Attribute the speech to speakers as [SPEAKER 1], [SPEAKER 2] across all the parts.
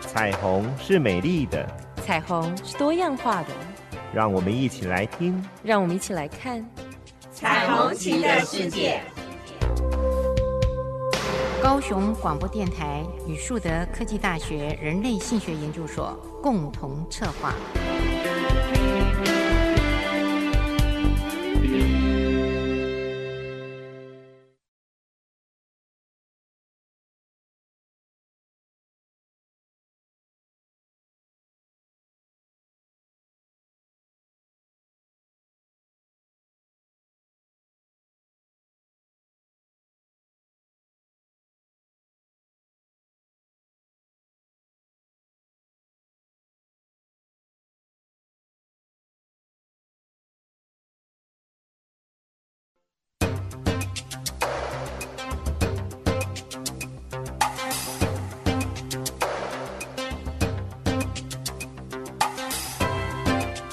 [SPEAKER 1] 彩虹是美丽的，
[SPEAKER 2] 彩虹是多样化的，
[SPEAKER 1] 让我们一起来听。
[SPEAKER 2] 让我们一起来看。
[SPEAKER 3] 彩虹旗的世界。
[SPEAKER 4] 高雄广播电台与树德科技大学人类性学研究所共同策划。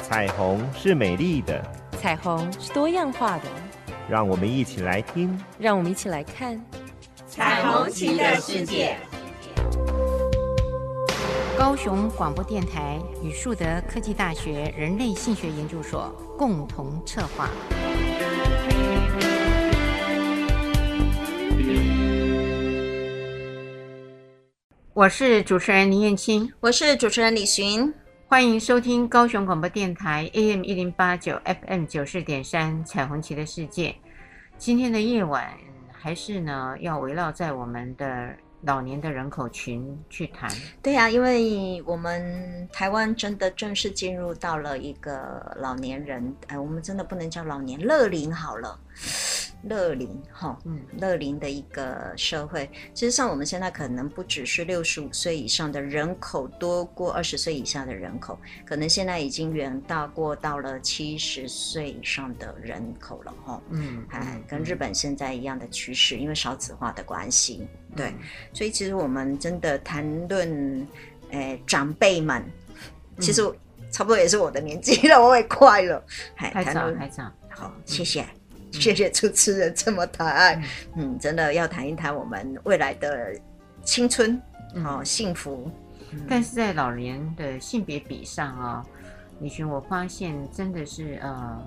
[SPEAKER 1] 彩虹是美丽的，
[SPEAKER 2] 彩虹是多样化的，
[SPEAKER 1] 让我们一起来听。
[SPEAKER 2] 让我们一起来看。
[SPEAKER 3] 彩虹旗的世界。
[SPEAKER 4] 高雄广播电台与树德科技大学人类性学研究所共同策划。我是主持人林燕青，
[SPEAKER 5] 我是主持人李寻。
[SPEAKER 4] 欢迎收听高雄广播电台 AM 一零八九 FM 九四点三《彩虹旗的世界》。今天的夜晚，还是呢要围绕在我们的老年的人口群去谈。
[SPEAKER 5] 对呀、因为我们台湾真的正式进入到了一个老年人，哎，我们真的不能叫老年，乐龄好了，乐龄哈，
[SPEAKER 4] 嗯，
[SPEAKER 5] 乐龄的一个社会。其实上我们现在可能不只是六十五岁以上的人口多过二十岁以下的人口，可能现在已经远大过到了七十岁以上的人口了哈。
[SPEAKER 4] 嗯，
[SPEAKER 5] 哎，跟日本现在一样的趋势，因为少子化的关系，对，所以其实我们真的谈论，诶，长辈们，其实我差不多也是我的年纪了，我也快了，哎，
[SPEAKER 4] 还
[SPEAKER 5] 谈
[SPEAKER 4] 早嗯
[SPEAKER 5] 论
[SPEAKER 4] 还早，
[SPEAKER 5] 好，谢谢。谢谢主持人这么抬爱，嗯，真的要谈一谈我们未来的青春，
[SPEAKER 4] 嗯
[SPEAKER 5] 哦，幸福，
[SPEAKER 4] 但是在老年的性别比上啊、李寻，我发现真的是呃，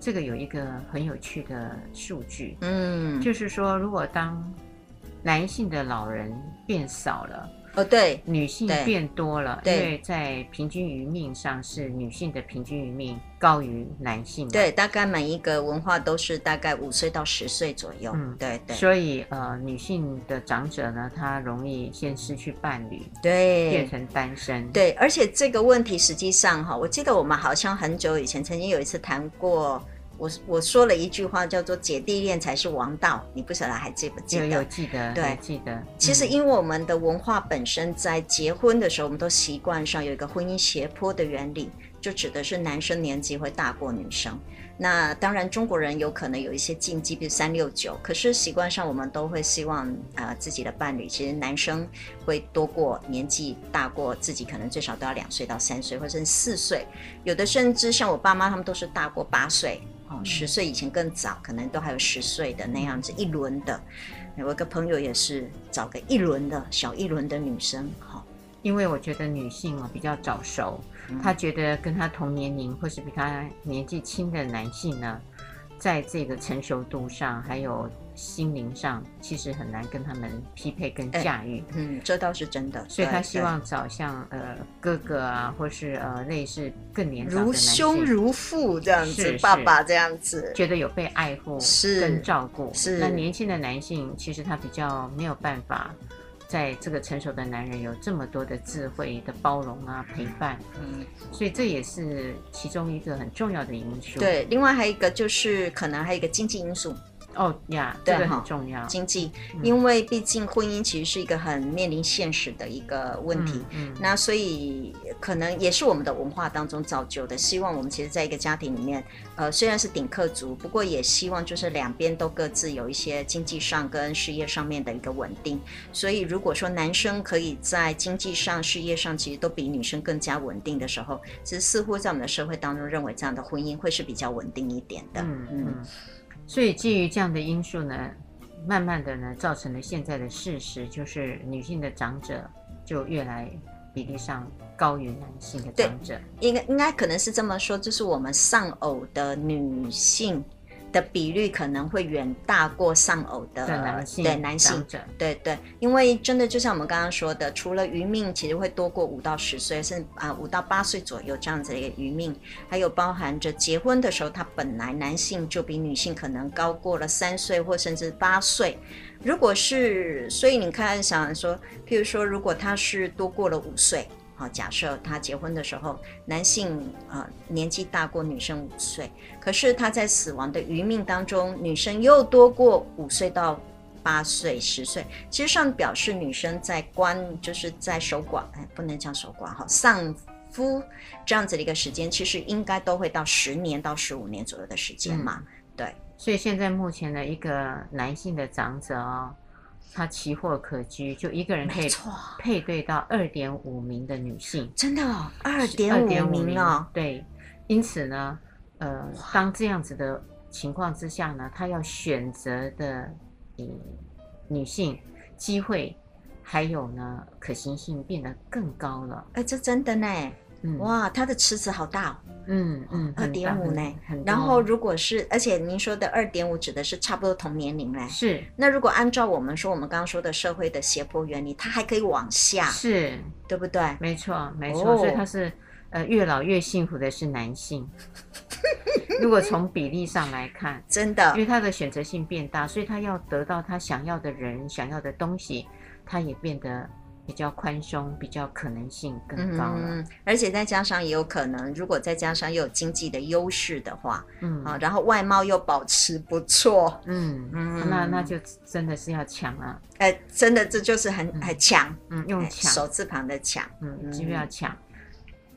[SPEAKER 4] 这个有一个很有趣的数据，
[SPEAKER 5] 嗯，
[SPEAKER 4] 就是说，如果当男性的老人变少了，
[SPEAKER 5] 哦，对，
[SPEAKER 4] 女性
[SPEAKER 5] 对
[SPEAKER 4] 变多了，因
[SPEAKER 5] 对
[SPEAKER 4] 为在平均余命上是女性的平均余命高于男性嘛，
[SPEAKER 5] 对，大概每一个文化都是大概五岁到十岁左右，
[SPEAKER 4] 嗯
[SPEAKER 5] 对对
[SPEAKER 4] 所以呃，女性的长者呢，她容易先失去伴侣，
[SPEAKER 5] 对，
[SPEAKER 4] 变成单身，，
[SPEAKER 5] 对，而且这个问题实际上哈，我记得我们好像很久以前曾经有一次谈过，我我说了一句话叫做“姐弟恋才是王道”，你不晓得还记不记
[SPEAKER 4] 有
[SPEAKER 5] 得？
[SPEAKER 4] 有记得，
[SPEAKER 5] 对
[SPEAKER 4] 有记得，
[SPEAKER 5] 其实，
[SPEAKER 4] 嗯
[SPEAKER 5] 因为我们的文化本身在结婚的时候，我们都习惯上有一个婚姻斜坡的原理，就指的是男生年纪会大过女生。那当然，中国人有可能有一些禁忌，比如三六九。可是习惯上，我们都会希望啊、呃自己的伴侣，其实男生会多过年纪大过自己，可能最少都要两岁到三岁，或者是四岁。有的甚至像我爸妈，他们都是大过八岁，
[SPEAKER 4] 啊
[SPEAKER 5] 哦，
[SPEAKER 4] 嗯
[SPEAKER 5] 十岁以前更早，可能都还有十岁的那样子一轮的。我有个朋友也是找个一轮的小一轮的女生，哈、
[SPEAKER 4] 因为我觉得女性哦比较早熟，
[SPEAKER 5] 嗯
[SPEAKER 4] 她觉得跟她同年龄或是比她年纪轻的男性呢，在这个成熟度上还有心灵上，其实很难跟他们匹配跟
[SPEAKER 5] 哎
[SPEAKER 4] 驾驭。
[SPEAKER 5] 嗯，这倒是真的。
[SPEAKER 4] 所以
[SPEAKER 5] 对
[SPEAKER 4] 他希
[SPEAKER 5] 对
[SPEAKER 4] 望找像呃哥哥啊，或是呃类似更年长的
[SPEAKER 5] 如
[SPEAKER 4] 男
[SPEAKER 5] 兄
[SPEAKER 4] 性，
[SPEAKER 5] 如父这样
[SPEAKER 4] 是
[SPEAKER 5] 子，
[SPEAKER 4] 是
[SPEAKER 5] 爸爸这样子，
[SPEAKER 4] 觉得有被爱护、
[SPEAKER 5] 是
[SPEAKER 4] 跟照顾。
[SPEAKER 5] 是
[SPEAKER 4] 那年轻的男性其实他比较没有办法，在这个成熟的男人有这么多的智慧的包容啊、陪伴，
[SPEAKER 5] 嗯，
[SPEAKER 4] 所以这也是其中一个很重要的因素。
[SPEAKER 5] 对。另外还有一个就是可能还有一个经济因素，
[SPEAKER 4] 哦呀，
[SPEAKER 5] 对
[SPEAKER 4] 这个
[SPEAKER 5] 哈
[SPEAKER 4] 很重要。
[SPEAKER 5] 经济，
[SPEAKER 4] 嗯
[SPEAKER 5] 因为毕竟婚姻其实是一个很面临现实的一个问题。
[SPEAKER 4] 嗯，嗯
[SPEAKER 5] 那所以可能也是我们的文化当中造就的，希望我们其实在一个家庭里面，呃，虽然是顶客族，不过也希望就是两边都各自有一些经济上跟事业上面的一个稳定。所以如果说男生可以在经济上、事业上其实都比女生更加稳定的时候，其实似乎在我们的社会当中认为这样的婚姻会是比较稳定一点的。
[SPEAKER 4] 嗯嗯，所以基于这样的因素呢，慢慢的呢，造成了现在的事实，就是女性的长者就越来比例上高于男性的长者。
[SPEAKER 5] 应该应该可能是这么说，就是我们丧偶的女性的比率可能会远大过丧偶的
[SPEAKER 4] 对男性，
[SPEAKER 5] 呃对男性
[SPEAKER 4] 长者，
[SPEAKER 5] 对对，因为真的就像我们刚刚说的，除了余命其实会多过五到十岁，甚至啊五到八岁左右这样子的一个余命，还有包含着结婚的时候，他本来男性就比女性可能高过了三岁或甚至八岁。如果是，所以你看，想说，譬如说，如果他是多过了五岁，好，假设他结婚的时候，男性呃年纪大过女生五岁，可是他在死亡的余命当中，女生又多过五岁到八岁、十岁，其实上表示女生在关，就是在守寡，哎，不能讲守寡哈，丧夫这样子的一个时间，其实应该都会到十年到十五年左右的时间嘛。
[SPEAKER 4] 所以现在目前的一个男性的长者哦，他奇货可居，就一个人可以
[SPEAKER 5] 错，
[SPEAKER 4] 配对到二点五名的女性，
[SPEAKER 5] 真的哦，二
[SPEAKER 4] 二
[SPEAKER 5] 点
[SPEAKER 4] 点
[SPEAKER 5] 五
[SPEAKER 4] 五
[SPEAKER 5] 名哦，
[SPEAKER 4] 对，因此呢，呃，当这样子的情况之下呢，他要选择的嗯女性机会，还有呢可行性变得更高了。
[SPEAKER 5] 哎，这真的呢，
[SPEAKER 4] 嗯，，
[SPEAKER 5] 哇，他的池子好大哦。
[SPEAKER 4] 嗯嗯，很大
[SPEAKER 5] 2.5呢，
[SPEAKER 4] 很很
[SPEAKER 5] 然后
[SPEAKER 4] 多
[SPEAKER 5] 如果是，而且您说的二点五指的是差不多同年龄嘞。
[SPEAKER 4] 是
[SPEAKER 5] 那如果按照我们说我们刚刚说的社会的斜坡原理，它还可以往下，
[SPEAKER 4] 是
[SPEAKER 5] 对不对？
[SPEAKER 4] 没错，没错，
[SPEAKER 5] 哦
[SPEAKER 4] 所以他是呃，越老越幸福的是男性。如果从比例上来看，
[SPEAKER 5] 真
[SPEAKER 4] 因
[SPEAKER 5] 的，嗯
[SPEAKER 4] 为他的选择性变大，所以他要得到他想要的人、想要的东西，他也变得比较宽松，比较可能性更高了。
[SPEAKER 5] 嗯，而且再加上也有可能，如果再加上又有经济的优势的话，
[SPEAKER 4] 嗯
[SPEAKER 5] 啊，然后外貌又保持不错，
[SPEAKER 4] 嗯
[SPEAKER 5] 嗯
[SPEAKER 4] 那那就真的是要抢啊，
[SPEAKER 5] 哎，真的这就是很
[SPEAKER 4] 嗯
[SPEAKER 5] 很强，
[SPEAKER 4] 嗯，用
[SPEAKER 5] 哎
[SPEAKER 4] 抢
[SPEAKER 5] 手，字旁的强，
[SPEAKER 4] 嗯，就要抢。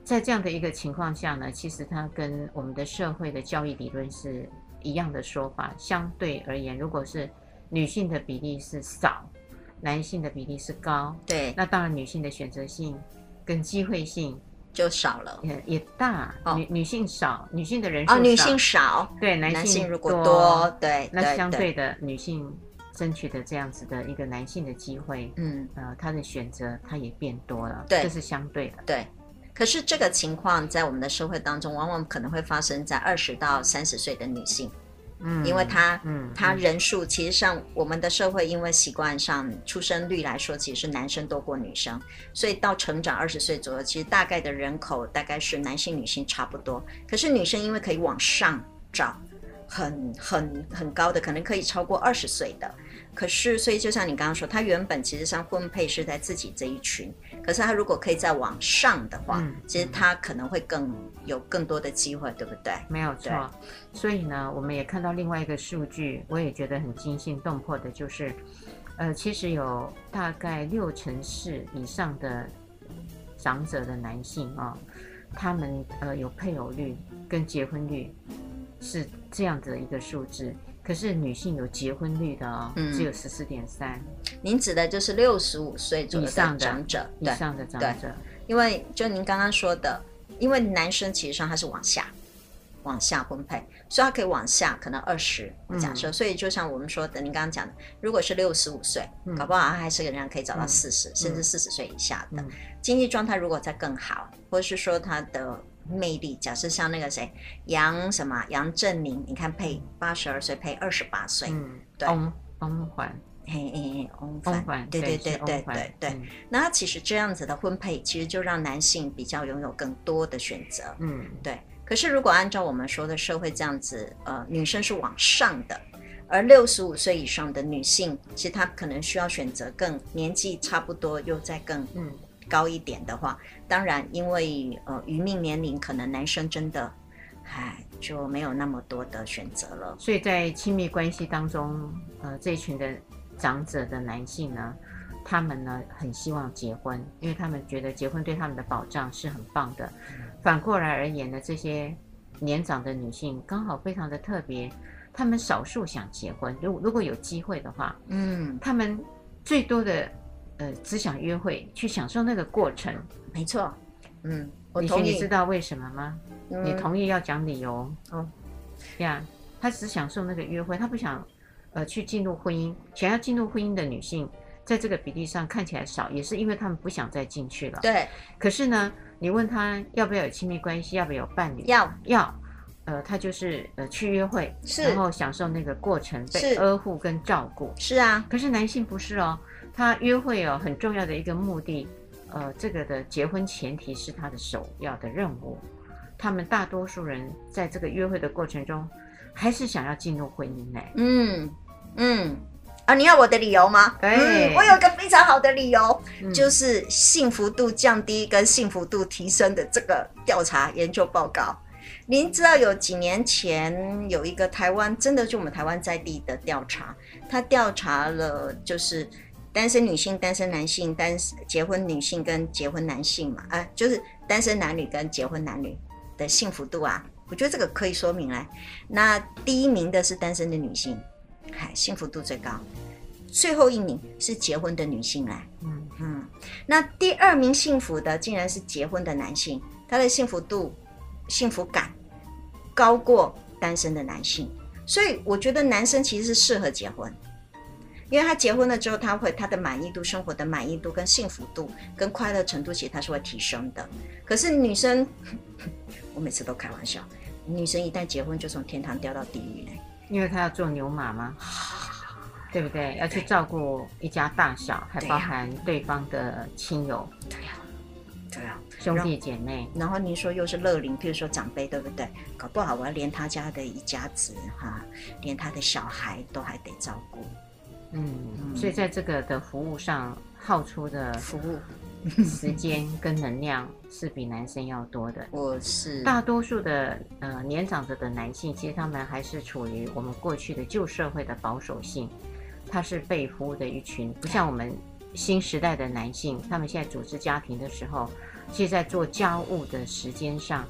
[SPEAKER 4] 在这样的一个情况下呢，其实它跟我们的社会的教育理论是一样的说法。相对而言，如果是女性的比例是少，男性的比例是高，
[SPEAKER 5] 对，
[SPEAKER 4] 那当然女性的选择性跟机会性
[SPEAKER 5] 就少了。
[SPEAKER 4] 也也大，
[SPEAKER 5] 哦
[SPEAKER 4] 女女性少，女性的人数
[SPEAKER 5] 哦，
[SPEAKER 4] 少
[SPEAKER 5] 女性少，
[SPEAKER 4] 对男
[SPEAKER 5] 男性如果
[SPEAKER 4] 多，
[SPEAKER 5] 多，对，
[SPEAKER 4] 那
[SPEAKER 5] 对
[SPEAKER 4] 相
[SPEAKER 5] 对，
[SPEAKER 4] 对的女性争取的这样子的一个男性的机会，
[SPEAKER 5] 嗯。
[SPEAKER 4] 呃，他的选择他也变多了，
[SPEAKER 5] 对
[SPEAKER 4] 这是相对的，
[SPEAKER 5] 对。可是这个情况在我们的社会当中，往往可能会发生在二十到三十岁的女性，
[SPEAKER 4] 嗯，
[SPEAKER 5] 因为她
[SPEAKER 4] 嗯，
[SPEAKER 5] 她
[SPEAKER 4] 嗯
[SPEAKER 5] 人数其实上我们的社会因为习惯上出生率来说，其实是男生多过女生，所以到成长二十岁左右，其实大概的人口大概是男性女性差不多。可是女生因为可以往上找，很很很高的，可能可以超过二十岁的。可是，所以就像你刚刚说，她原本其实上婚配是在自己这一群，可是她如果可以再往上的话，
[SPEAKER 4] 嗯
[SPEAKER 5] 其实她可能会更有更多的机会，对不对？
[SPEAKER 4] 没有错，所以呢，我们也看到另外一个数据，我也觉得很惊心动魄的，就是，呃，其实有大概六成四以上的长者的男性啊、他们呃有配偶率跟结婚率是这样子的一个数字，可是女性有结婚率的哦，
[SPEAKER 5] 嗯
[SPEAKER 4] 只有十四点三
[SPEAKER 5] 您指的就是六十五岁左右
[SPEAKER 4] 以上
[SPEAKER 5] 的
[SPEAKER 4] 的
[SPEAKER 5] 长者，
[SPEAKER 4] 以
[SPEAKER 5] 对，
[SPEAKER 4] 上的长者，
[SPEAKER 5] 因为就您刚刚说的，因为男生其实上他是往下，往下分配，所以他可以往下，可能二十
[SPEAKER 4] 嗯
[SPEAKER 5] 假设。所以就像我们说的，您刚刚讲的，如果是六十五岁，
[SPEAKER 4] 嗯
[SPEAKER 5] 搞不好他还是仍然可以找到
[SPEAKER 4] 嗯
[SPEAKER 5] 四十、甚至四十岁以下的。
[SPEAKER 4] 嗯
[SPEAKER 5] 经济状态如果再更好，或是说他的魅力，假设像那个谁杨什么杨振宁，你看配八十二岁配二十八岁，
[SPEAKER 4] 嗯，
[SPEAKER 5] 对
[SPEAKER 4] 翁翁环，
[SPEAKER 5] 嘿嘿嘿，翁
[SPEAKER 4] 翁
[SPEAKER 5] 帆
[SPEAKER 4] 环，
[SPEAKER 5] 对
[SPEAKER 4] 对
[SPEAKER 5] 对对
[SPEAKER 4] 是翁
[SPEAKER 5] 对
[SPEAKER 4] 环
[SPEAKER 5] 对对。
[SPEAKER 4] 嗯
[SPEAKER 5] 那它其实这样子的婚配，其实就让男性比较拥有更多的选择。
[SPEAKER 4] 嗯
[SPEAKER 5] 对，可是如果按照我们说的社会这样子，呃，女生是往上的，而六十五岁以上的女性，其实她可能需要选择更年纪差不多又再更
[SPEAKER 4] 嗯
[SPEAKER 5] 高一点的话，当然因为呃余命年龄，可能男生真的，唉，就没有那么多的选择了。
[SPEAKER 4] 所以在亲密关系当中，呃，这一群的长者的男性呢，他们呢很希望结婚，因为他们觉得结婚对他们的保障是很棒的。反过来而言呢，这些年长的女性刚好非常的特别，她们少数想结婚，如如果有机会的话，
[SPEAKER 5] 嗯，
[SPEAKER 4] 她们最多的呃只想约会，去享受那个过程。
[SPEAKER 5] 没错，嗯，我
[SPEAKER 4] 你心
[SPEAKER 5] 同
[SPEAKER 4] 里
[SPEAKER 5] 意
[SPEAKER 4] 知，道为什么吗？你
[SPEAKER 5] 嗯
[SPEAKER 4] 同意要讲理由
[SPEAKER 5] 哦
[SPEAKER 4] 呀他只享受那个约会，他不想呃去进入婚姻。想要进入婚姻的女性，在这个比例上看起来少，也是因为他们不想再进去了。
[SPEAKER 5] 对，
[SPEAKER 4] 可是呢，你问他要不要有亲密关系，要不要有伴侣，
[SPEAKER 5] 要
[SPEAKER 4] 要，呃，他就是呃去约会，
[SPEAKER 5] 是
[SPEAKER 4] 然后享受那个过程被
[SPEAKER 5] 是
[SPEAKER 4] 呵护跟照顾。
[SPEAKER 5] 是啊，
[SPEAKER 4] 可是男性不是哦，他约会哦很重要的一个目的，呃，这个的结婚前提是他的首要的任务。他们大多数人在这个约会的过程中，还是想要进入婚姻呢。
[SPEAKER 5] 嗯嗯。啊，你要我的理由吗？
[SPEAKER 4] 哎
[SPEAKER 5] 嗯，我有一个非常好的理由，
[SPEAKER 4] 嗯
[SPEAKER 5] 就是幸福度降低跟幸福度提升的这个调查研究报告。您知道有几年前有一个台湾，真的就我们台湾在地的调查，他调查了就是单身女性、单身男性、单结婚女性跟结婚男性嘛，啊、就是单身男女跟结婚男女的幸福度啊，我觉得这个可以说明来。那第一名的是单身的女性，嗨，幸福度最高，最后一名是结婚的女性来。
[SPEAKER 4] 嗯，
[SPEAKER 5] 嗯，那第二名幸福的竟然是结婚的男性，他的幸福度、幸福感高过单身的男性，所以我觉得男生其实是适合结婚，因为他结婚了之后，他会他的满意度、生活的满意度、跟幸福度、跟快乐程度，其实他是会提升的。可是女生， 我每次都开玩笑，女生一旦结婚就从天堂掉到地狱来。
[SPEAKER 4] 因为他要做牛马 嘛，对不对？要去照顾一家大小，还
[SPEAKER 5] 对呀
[SPEAKER 4] 包含对方的亲友、
[SPEAKER 5] 对呀、对啊呀、
[SPEAKER 4] 兄弟姐妹。
[SPEAKER 5] 然后您说又是乐龄，譬如说长辈，对不对？搞不好我要连他家的一家子哈、连他的小孩都还得照顾
[SPEAKER 4] 嗯，
[SPEAKER 5] 嗯
[SPEAKER 4] 所以在这个的服务上耗出的
[SPEAKER 5] 服务。
[SPEAKER 4] 时间跟能量是比男生要多的。
[SPEAKER 5] 我是
[SPEAKER 4] 大多数的呃年长者的男性，其实他们还是处于我们过去的旧社会的保守性，他是被服务的一群，不像我们新时代的男性，他们现在组织家庭的时候，其实在做家务的时间上，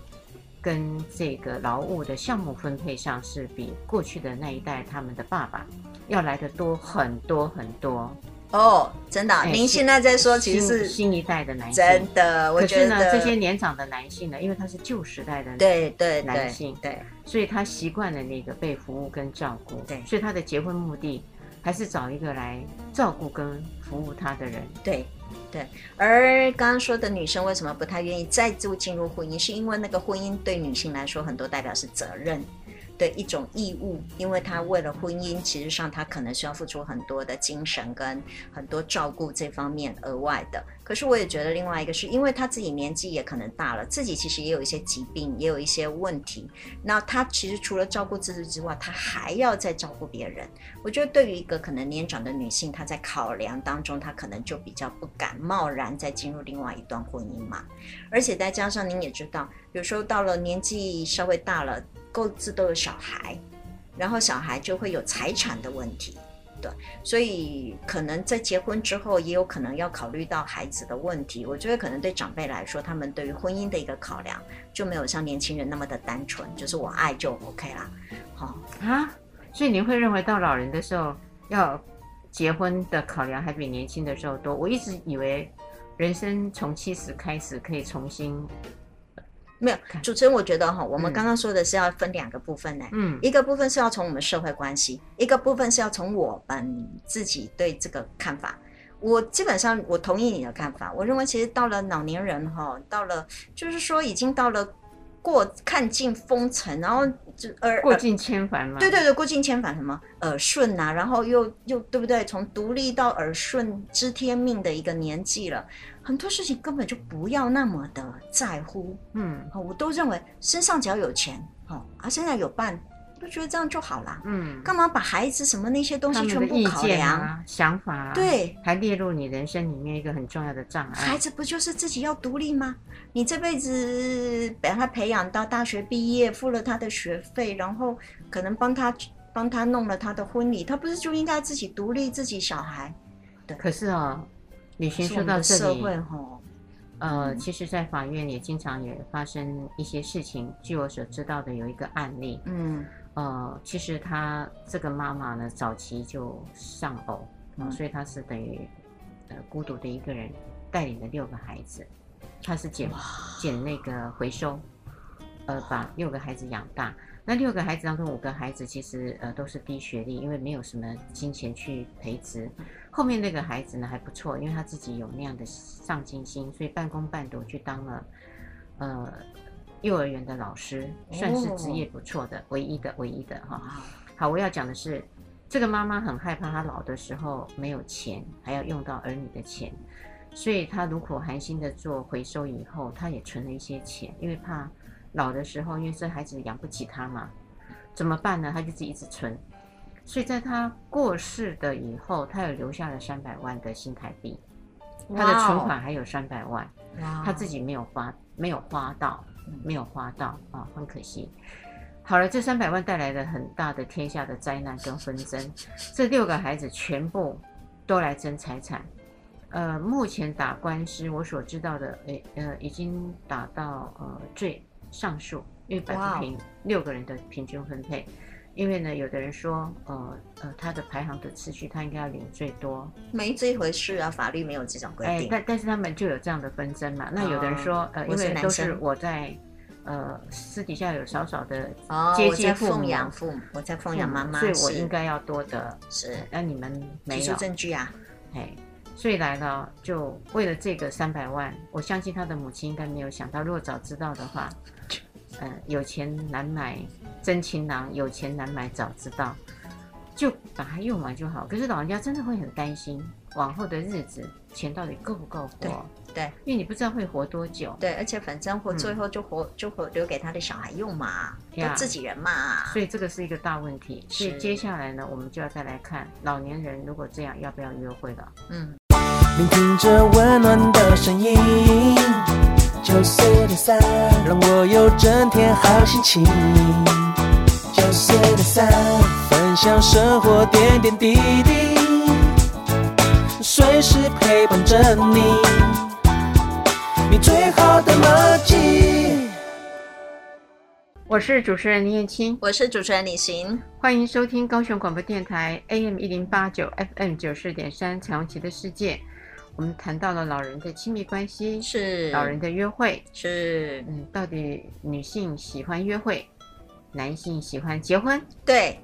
[SPEAKER 4] 跟这个劳务的项目分配上，是比过去的那一代他们的爸爸要来的多很多很多。
[SPEAKER 5] 哦，真的啊、
[SPEAKER 4] 哎
[SPEAKER 5] 您现在在说，其
[SPEAKER 4] 新
[SPEAKER 5] 实是
[SPEAKER 4] 新一代的男性，
[SPEAKER 5] 真的。我
[SPEAKER 4] 可
[SPEAKER 5] 觉
[SPEAKER 4] 是
[SPEAKER 5] 得
[SPEAKER 4] 呢，这些年长的男性呢，因为他是旧时代的
[SPEAKER 5] 对对
[SPEAKER 4] 男
[SPEAKER 5] 对
[SPEAKER 4] 性
[SPEAKER 5] 对
[SPEAKER 4] 所以他习惯了那个被服务跟照顾，
[SPEAKER 5] 对
[SPEAKER 4] 所以他的结婚目的还是找一个来照顾跟服务他的人。
[SPEAKER 5] 对对。而刚刚说的女生为什么不太愿意再度进入婚姻，是因为那个婚姻对女性来说很多代表是责任。对一种义务，因为她为了婚姻，其实上她可能需要付出很多的精神跟很多照顾这方面额外的。可是我也觉得另外一个是因为她自己年纪也可能大了，自己其实也有一些疾病，也有一些问题。那她其实除了照顾自己之外，她还要再照顾别人。我觉得对于一个可能年长的女性，她在考量当中，她可能就比较不敢贸然再进入另外一段婚姻嘛。而且再加上您也知道，有时候到了年纪稍微大了，各自都有小孩，然后小孩就会有财产的问题，对，所以可能在结婚之后，也有可能要考虑到孩子的问题。我觉得可能对长辈来说，他们对于婚姻的一个考量，就没有像年轻人那么的单纯，就是我爱就 OK 啦，好、
[SPEAKER 4] 啊，所以你会认为到老人的时候要结婚的考量还比年轻的时候多。我一直以为人生从七十开始可以重新，
[SPEAKER 5] 没有
[SPEAKER 4] 看，
[SPEAKER 5] 主持人，我觉得哈，我们
[SPEAKER 4] 嗯
[SPEAKER 5] 刚刚说的是要分两个部分呢、
[SPEAKER 4] 嗯
[SPEAKER 5] 一个部分是要从我们社会关系，一个部分是要从我们自己对这个看法。我基本上我同意你的看法，我认为其实到了老年人哈，到了就是说已经到了过看尽风尘，然后就而
[SPEAKER 4] 过尽千帆嘛。
[SPEAKER 5] 对对对，过境千帆什么耳顺呐、然后又又对不对？从独立到耳顺，知天命的一个年纪了，很多事情根本就不要那么的在乎。
[SPEAKER 4] 嗯
[SPEAKER 5] 哦，我都认为身上只要有钱，哦，啊，身上有伴，就觉得这样就好啦。
[SPEAKER 4] 嗯，
[SPEAKER 5] 干嘛把孩子什么那些东
[SPEAKER 4] 他
[SPEAKER 5] 西
[SPEAKER 4] 们
[SPEAKER 5] 全
[SPEAKER 4] 的
[SPEAKER 5] 部
[SPEAKER 4] 意
[SPEAKER 5] 考
[SPEAKER 4] 见
[SPEAKER 5] 量？
[SPEAKER 4] 啊、想法啊，，
[SPEAKER 5] 对，
[SPEAKER 4] 还列入你人生里面一个很重要的障碍。
[SPEAKER 5] 孩子不就是自己要独立吗？你这辈子把他培养到大学毕业，付了他的学费，然后可能帮他帮他弄了他的婚礼，他不是就应该自己独立自己小孩？
[SPEAKER 4] 可是哦，旅行
[SPEAKER 5] 是我
[SPEAKER 4] 说
[SPEAKER 5] 们
[SPEAKER 4] 到
[SPEAKER 5] 的
[SPEAKER 4] 这里，
[SPEAKER 5] 社会吼，
[SPEAKER 4] 呃，其实，在法院也经常也发生一些事情。据我所知道的，有一个案例，
[SPEAKER 5] 嗯
[SPEAKER 4] 呃，其实她这个妈妈呢，早期就丧偶，呃
[SPEAKER 5] 嗯
[SPEAKER 4] 所以她是等于呃孤独的一个人，带领了六个孩子。她是捡捡那个回收，呃把六个孩子养大。那六个孩子当中，五个孩子其实呃都是低学历，因为没有什么金钱去培植。后面那个孩子呢还不错，因为他自己有那样的上进心，所以半工半读去当了呃幼儿园的老师，算是职业不错的，唯一的唯一的哈。
[SPEAKER 5] 啊
[SPEAKER 4] 好，我要讲的是，这个妈妈很害怕她老的时候没有钱，还要用到儿女的钱，所以她苦苦寒心的做回收以后，她也存了一些钱，因为怕老的时候，因为这孩子养不起她嘛，怎么办呢？她就自己一直存，所以在她过世的以后，她有留下了三百万的新台币，她的存款还有三百万。
[SPEAKER 5] 啊
[SPEAKER 4] 他自己没有花，没有花到，
[SPEAKER 5] 嗯
[SPEAKER 4] 没有花到啊、很可惜。好了，这三百万带来了很大的天下的灾难跟纷争， 这六个孩子全部都来争财产。呃，目前打官司，我所知道的，诶呃，已经打到呃最上诉，因为百
[SPEAKER 5] 哇哦
[SPEAKER 4] 分平六个人的平均分配。因为呢，有的人说，呃呃，他的排行的次序，他应该要领最多，
[SPEAKER 5] 没这回事啊，法律没有这种规
[SPEAKER 4] 哎，
[SPEAKER 5] 定。哦
[SPEAKER 4] 但但是他们就有这样的纷争嘛。那有的人说，呃，因
[SPEAKER 5] 我是
[SPEAKER 4] 为
[SPEAKER 5] 男
[SPEAKER 4] 都是
[SPEAKER 5] 生
[SPEAKER 4] 我在呃私底下有少少的
[SPEAKER 5] 哦，
[SPEAKER 4] 接
[SPEAKER 5] 我
[SPEAKER 4] 近
[SPEAKER 5] 在
[SPEAKER 4] 父母啊
[SPEAKER 5] 奉养父母，我在奉养妈妈，
[SPEAKER 4] 所以我
[SPEAKER 5] 是
[SPEAKER 4] 应该要多的。
[SPEAKER 5] 是
[SPEAKER 4] 那你们
[SPEAKER 5] 提
[SPEAKER 4] 没
[SPEAKER 5] 出
[SPEAKER 4] 有，
[SPEAKER 5] 证据啊，
[SPEAKER 4] 哎，所以来了，就为了这个三百万，我相信他的母亲应该没有想到，如果早知道的话，嗯、有钱难买真情郎，有钱难买早知道，就把它用完就好。可是老人家真的会很担心，往后的日子钱到底够不够
[SPEAKER 5] 对
[SPEAKER 4] 活？
[SPEAKER 5] 对，
[SPEAKER 4] 因为你不知道会活多久。
[SPEAKER 5] 对，而且反正活
[SPEAKER 4] 嗯
[SPEAKER 5] 最后就活就活留给他的小孩用嘛，都
[SPEAKER 4] 呀
[SPEAKER 5] 自己人嘛，
[SPEAKER 4] 所以这个是一个大问题。所以
[SPEAKER 5] 是
[SPEAKER 4] 接下来呢，我们就要再来看老年人如果这样要不要约会了。
[SPEAKER 5] 嗯。
[SPEAKER 6] 聆听着温暖的声音，九四点三，让我有整天好心情。九四点三，分享生活点点滴滴，随时陪伴着你，你最好的默契。
[SPEAKER 4] 我是主持人林燕青，
[SPEAKER 5] 我是主持人李行，
[SPEAKER 4] 欢迎收听高雄广播电台 AM 一零八九 FM 九四点三《彩虹旗的世界》。我们谈到了老人的亲密关系，
[SPEAKER 5] 是
[SPEAKER 4] 老人的约会，
[SPEAKER 5] 是
[SPEAKER 4] 嗯，到底女性喜欢约会，男性喜欢结婚？
[SPEAKER 5] 对。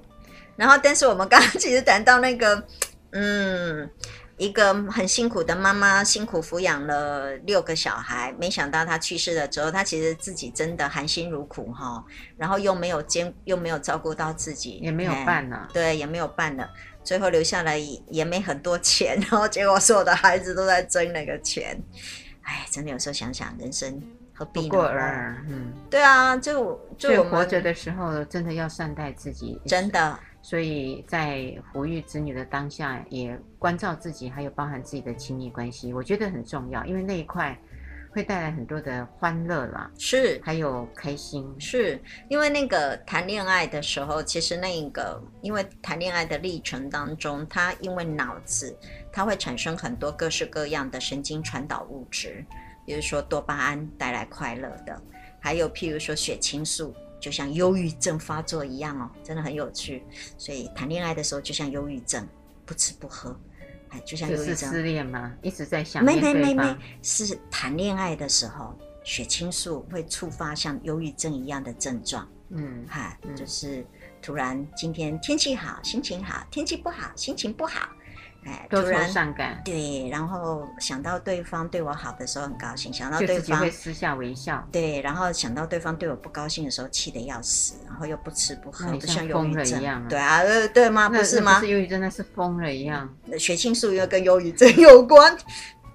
[SPEAKER 5] 然后，但是我们刚刚其实谈到那个，嗯，一个很辛苦的妈妈，辛苦抚养了六个小孩，没想到她去世了之后，她其实自己真的含辛茹苦哈、然后又没有兼，又没有照顾到自己，
[SPEAKER 4] 也没有啊
[SPEAKER 5] 哎
[SPEAKER 4] 伴呢、
[SPEAKER 5] 对，也没有办了。最后留下来也也没很多钱，然后结果所有的孩子都在争那个钱。哎，真的有时候想想，人生何
[SPEAKER 4] 不
[SPEAKER 5] 必呢
[SPEAKER 4] 过尔，嗯，
[SPEAKER 5] 对啊，就就
[SPEAKER 4] 所以
[SPEAKER 5] 我们
[SPEAKER 4] 活着的时候真的要善待自己，
[SPEAKER 5] 真的
[SPEAKER 4] 所以在抚育子女的当下，也关照自己，还有包含自己的亲密关系，我觉得很重要，因为那一块会带来很多的欢乐啦，
[SPEAKER 5] 是
[SPEAKER 4] 还有开心。
[SPEAKER 5] 是因为那个谈恋爱的时候，其实那个因为谈恋爱的历程当中，它因为脑子它会产生很多各式各样的神经传导物质，比如说多巴胺带来快乐的，还有譬如说血清素，就像忧郁症发作一样哦，真的很有趣。所以谈恋爱的时候就像忧郁症，不吃不喝，哎，就像
[SPEAKER 4] 这
[SPEAKER 5] 忧郁
[SPEAKER 4] 是
[SPEAKER 5] 症。
[SPEAKER 4] 失恋吗？一直在想
[SPEAKER 5] 没
[SPEAKER 4] 念
[SPEAKER 5] 没没
[SPEAKER 4] 对
[SPEAKER 5] 没
[SPEAKER 4] 方，，
[SPEAKER 5] 是谈恋爱的时候，血清素会触发像忧郁症一样的症状，
[SPEAKER 4] 嗯，
[SPEAKER 5] 哈，
[SPEAKER 4] 嗯
[SPEAKER 5] 就是突然今天天气好，心情好；天气不好，心情不好。哎，突
[SPEAKER 4] 多愁
[SPEAKER 5] 然
[SPEAKER 4] 善感，
[SPEAKER 5] 对，然后想到对方对我好的时候很高兴，想到
[SPEAKER 4] 就
[SPEAKER 5] 对
[SPEAKER 4] 自己
[SPEAKER 5] 方啊
[SPEAKER 4] 会私下微笑，
[SPEAKER 5] 对，然后想到对方对我不高兴的时候，气得要死，然后又不吃不喝
[SPEAKER 4] 那，你
[SPEAKER 5] 不
[SPEAKER 4] 像
[SPEAKER 5] 像忧
[SPEAKER 4] 疯
[SPEAKER 5] 郁
[SPEAKER 4] 了一
[SPEAKER 5] 症
[SPEAKER 4] 样啊
[SPEAKER 5] 对啊，呃对吗？
[SPEAKER 4] 那
[SPEAKER 5] 不是
[SPEAKER 4] 那
[SPEAKER 5] 吗
[SPEAKER 4] 不？是忧郁症，那是疯了一样。
[SPEAKER 5] 血清素又跟忧郁症有关，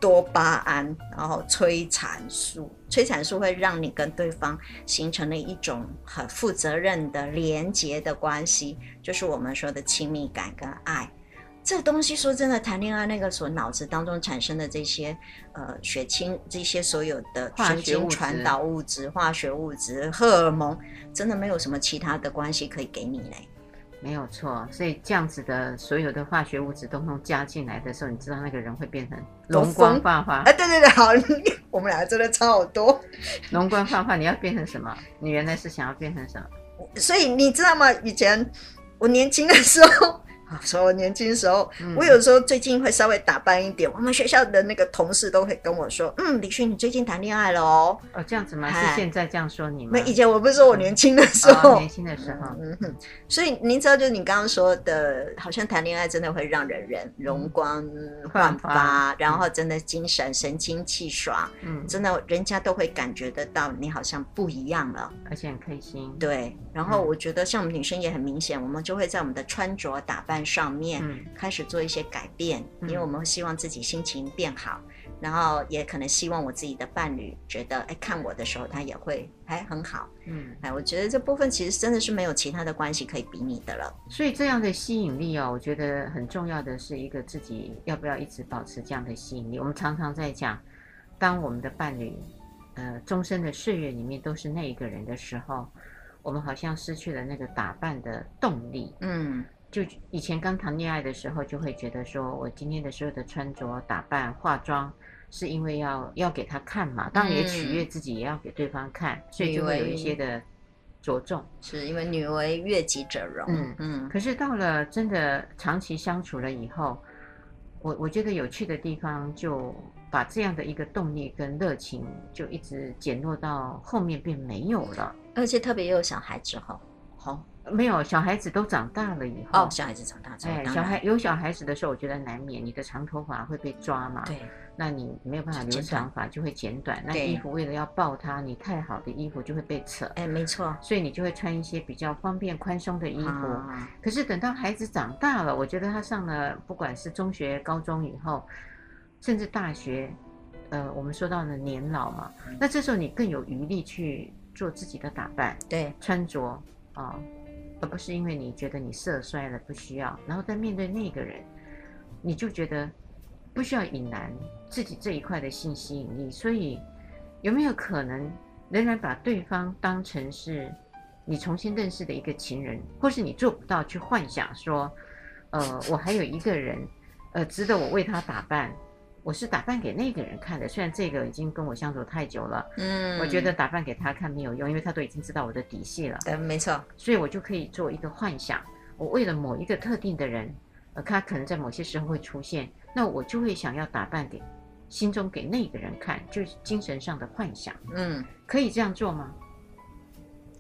[SPEAKER 5] 多巴胺，然后催产素，催产素会让你跟对方形成了一种很负责任的连结的关系，就是我们说的亲密感跟爱。这东西说真的，谈恋爱那个所脑子当中产生的这些呃血清这些所有的
[SPEAKER 4] 化学
[SPEAKER 5] 神
[SPEAKER 4] 物
[SPEAKER 5] 经
[SPEAKER 4] 质
[SPEAKER 5] 传导物质、化学物质、荷尔蒙，真的没有什么其他的关系可以给你嘞。
[SPEAKER 4] 没有错，所以这样子的所有的化学物质都弄加进来的时候，你知道那个人会变成
[SPEAKER 5] 多
[SPEAKER 4] 容光
[SPEAKER 5] 疯
[SPEAKER 4] 焕发
[SPEAKER 5] 哎、，对对对，好，我们俩真的差好多。
[SPEAKER 4] 容光焕发。你要变成什么？你原来是想要变成什么？
[SPEAKER 5] 所以你知道吗？以前我年轻的时候， 啊说我年轻时候，
[SPEAKER 4] 嗯
[SPEAKER 5] 我有时候最近会稍微打扮一点，我们学校的那个同事都会跟我说，嗯，李迅你最近谈恋爱了哦。
[SPEAKER 4] 哦，这样子吗？
[SPEAKER 5] 哎
[SPEAKER 4] 是现在这样说你吗？
[SPEAKER 5] 那以前我不是说我年轻的时
[SPEAKER 4] 哦
[SPEAKER 5] 候，
[SPEAKER 4] 年轻的时候，
[SPEAKER 5] 嗯哼，所以您知道，就是你刚刚说的，好像谈恋爱真的会让人人容光焕
[SPEAKER 4] 焕发
[SPEAKER 5] 发，然后真的精神神清气爽，
[SPEAKER 4] 嗯，
[SPEAKER 5] 真的人家都会感觉得到你好像不一样了。
[SPEAKER 4] 而且很开心，，
[SPEAKER 5] 对，然后
[SPEAKER 4] 嗯
[SPEAKER 5] 我觉得像我们女生也很明显，我们就会在我们的穿着打扮上面
[SPEAKER 4] 嗯
[SPEAKER 5] 开始做一些改变，因为
[SPEAKER 4] 嗯
[SPEAKER 5] 我们会希望自己心情变好，然后也可能希望我自己的伴侣觉得，哎，看我的时候他也会哎很好。
[SPEAKER 4] 嗯，
[SPEAKER 5] 哎，我觉得这部分其实真的是没有其他的关系可以比拟的了。
[SPEAKER 4] 所以这样的吸引力哦，我觉得很重要的是一个自己要不要一直保持这样的吸引力。我们常常在讲，当我们的伴侣，呃，终身的岁月里面都是那一个人的时候，我们好像失去了那个打扮的动力。
[SPEAKER 5] 嗯
[SPEAKER 4] 就以前刚谈恋爱的时候，就会觉得说我今天的所有的穿着、打扮、化妆，是因为要要给他看嘛，当然也取悦自己，也要给对方看，所以就会有一些的着重。
[SPEAKER 5] 是因为女为悦己者容。
[SPEAKER 4] 嗯
[SPEAKER 5] 嗯
[SPEAKER 4] 可是到了真的长期相处了以后，我我觉得有趣的地方，就把这样的一个动力跟热情，就一直减弱到后面便没有了。
[SPEAKER 5] 而且特别也有小孩之后，哦
[SPEAKER 4] 没有，小孩子都长大了以后，
[SPEAKER 5] 哦，小孩子长大之后，
[SPEAKER 4] 哎，
[SPEAKER 5] 当
[SPEAKER 4] 小
[SPEAKER 5] 然
[SPEAKER 4] 孩有小孩子的时候，我觉得难免你的长头发会被抓嘛，
[SPEAKER 5] 对
[SPEAKER 4] 那你没有办法
[SPEAKER 5] 就
[SPEAKER 4] 留
[SPEAKER 5] 剪短
[SPEAKER 4] 长发，就会剪短。那
[SPEAKER 5] 对
[SPEAKER 4] 衣服为了要抱它，你太好的衣服就会被扯，
[SPEAKER 5] 哎没错。
[SPEAKER 4] 所以你就会穿一些比较方便宽松的衣服。
[SPEAKER 5] 啊
[SPEAKER 4] 可是等到孩子长大了，我觉得他上了不管是中学、高中以后，甚至大学，呃，我们说到了年老嘛，那这时候你更有余力去做自己的打扮、
[SPEAKER 5] 对，
[SPEAKER 4] 穿着啊、而不是因为你觉得你色衰了不需要，然后再面对那个人，你就觉得不需要隐瞒自己这一块的性吸引力，所以有没有可能仍然把对方当成是你重新认识的一个情人，或是你做不到去幻想说，呃，我还有一个人，呃，值得我为他打扮。我是打扮给那个人看的，虽然这个已经跟我相处太久了，
[SPEAKER 5] 嗯
[SPEAKER 4] 我觉得打扮给他看没有用，因为他都已经知道我的底细了。
[SPEAKER 5] 对，没错。
[SPEAKER 4] 所以我就可以做一个幻想，我为了某一个特定的人，呃，他可能在某些时候会出现，那我就会想要打扮给心中给那个人看，就是精神上的幻想，
[SPEAKER 5] 嗯，
[SPEAKER 4] 可以这样做吗？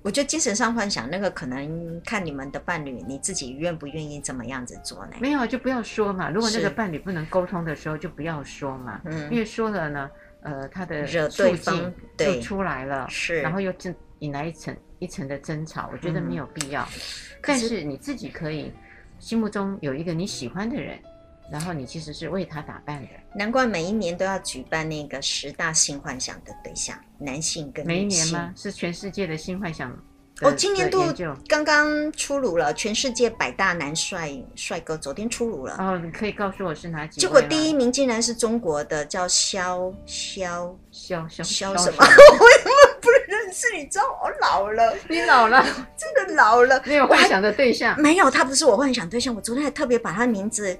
[SPEAKER 5] 我觉得精神上幻想那个可能看你们的伴侣，你自己愿不愿意这么样子做呢？
[SPEAKER 4] 没有啊，就不要说嘛。如果那个
[SPEAKER 5] 是
[SPEAKER 4] 伴侣不能沟通的时候，就不要说嘛，因
[SPEAKER 5] 嗯，
[SPEAKER 4] 为说了呢，呃，他的
[SPEAKER 5] 惹
[SPEAKER 4] 促
[SPEAKER 5] 对
[SPEAKER 4] 进
[SPEAKER 5] 方
[SPEAKER 4] 就
[SPEAKER 5] 对
[SPEAKER 4] 出来了，
[SPEAKER 5] 是
[SPEAKER 4] 然后又进引来一层一层的争吵，我觉得
[SPEAKER 5] 嗯
[SPEAKER 4] 没有必要。
[SPEAKER 5] 可
[SPEAKER 4] 但
[SPEAKER 5] 是
[SPEAKER 4] 是你自己可以心目中有一个你喜欢的人，然后你其实是为他打扮的。
[SPEAKER 5] 难怪每一年都要举办那个十大性幻想的对象，男性跟
[SPEAKER 4] 每一
[SPEAKER 5] 女
[SPEAKER 4] 年
[SPEAKER 5] 性。
[SPEAKER 4] 吗？是全世界的新幻想的。
[SPEAKER 5] 哦，今年
[SPEAKER 4] 的
[SPEAKER 5] 度
[SPEAKER 4] 研究
[SPEAKER 5] 刚刚出炉了，全世界百大男帅帅哥，昨天出炉了。
[SPEAKER 4] 哦，你可以告诉我是哪几位
[SPEAKER 5] 结果
[SPEAKER 4] 吗
[SPEAKER 5] 第一名竟然是中国的，叫肖肖
[SPEAKER 4] 肖肖肖
[SPEAKER 5] 肖什么？
[SPEAKER 4] 么
[SPEAKER 5] 我怎么不认识？你知道我老了，
[SPEAKER 4] 你老了，
[SPEAKER 5] 真的老了。
[SPEAKER 4] 没有幻想的对 象。
[SPEAKER 5] 没有，他不是我幻想对象。我昨天还特别把他名字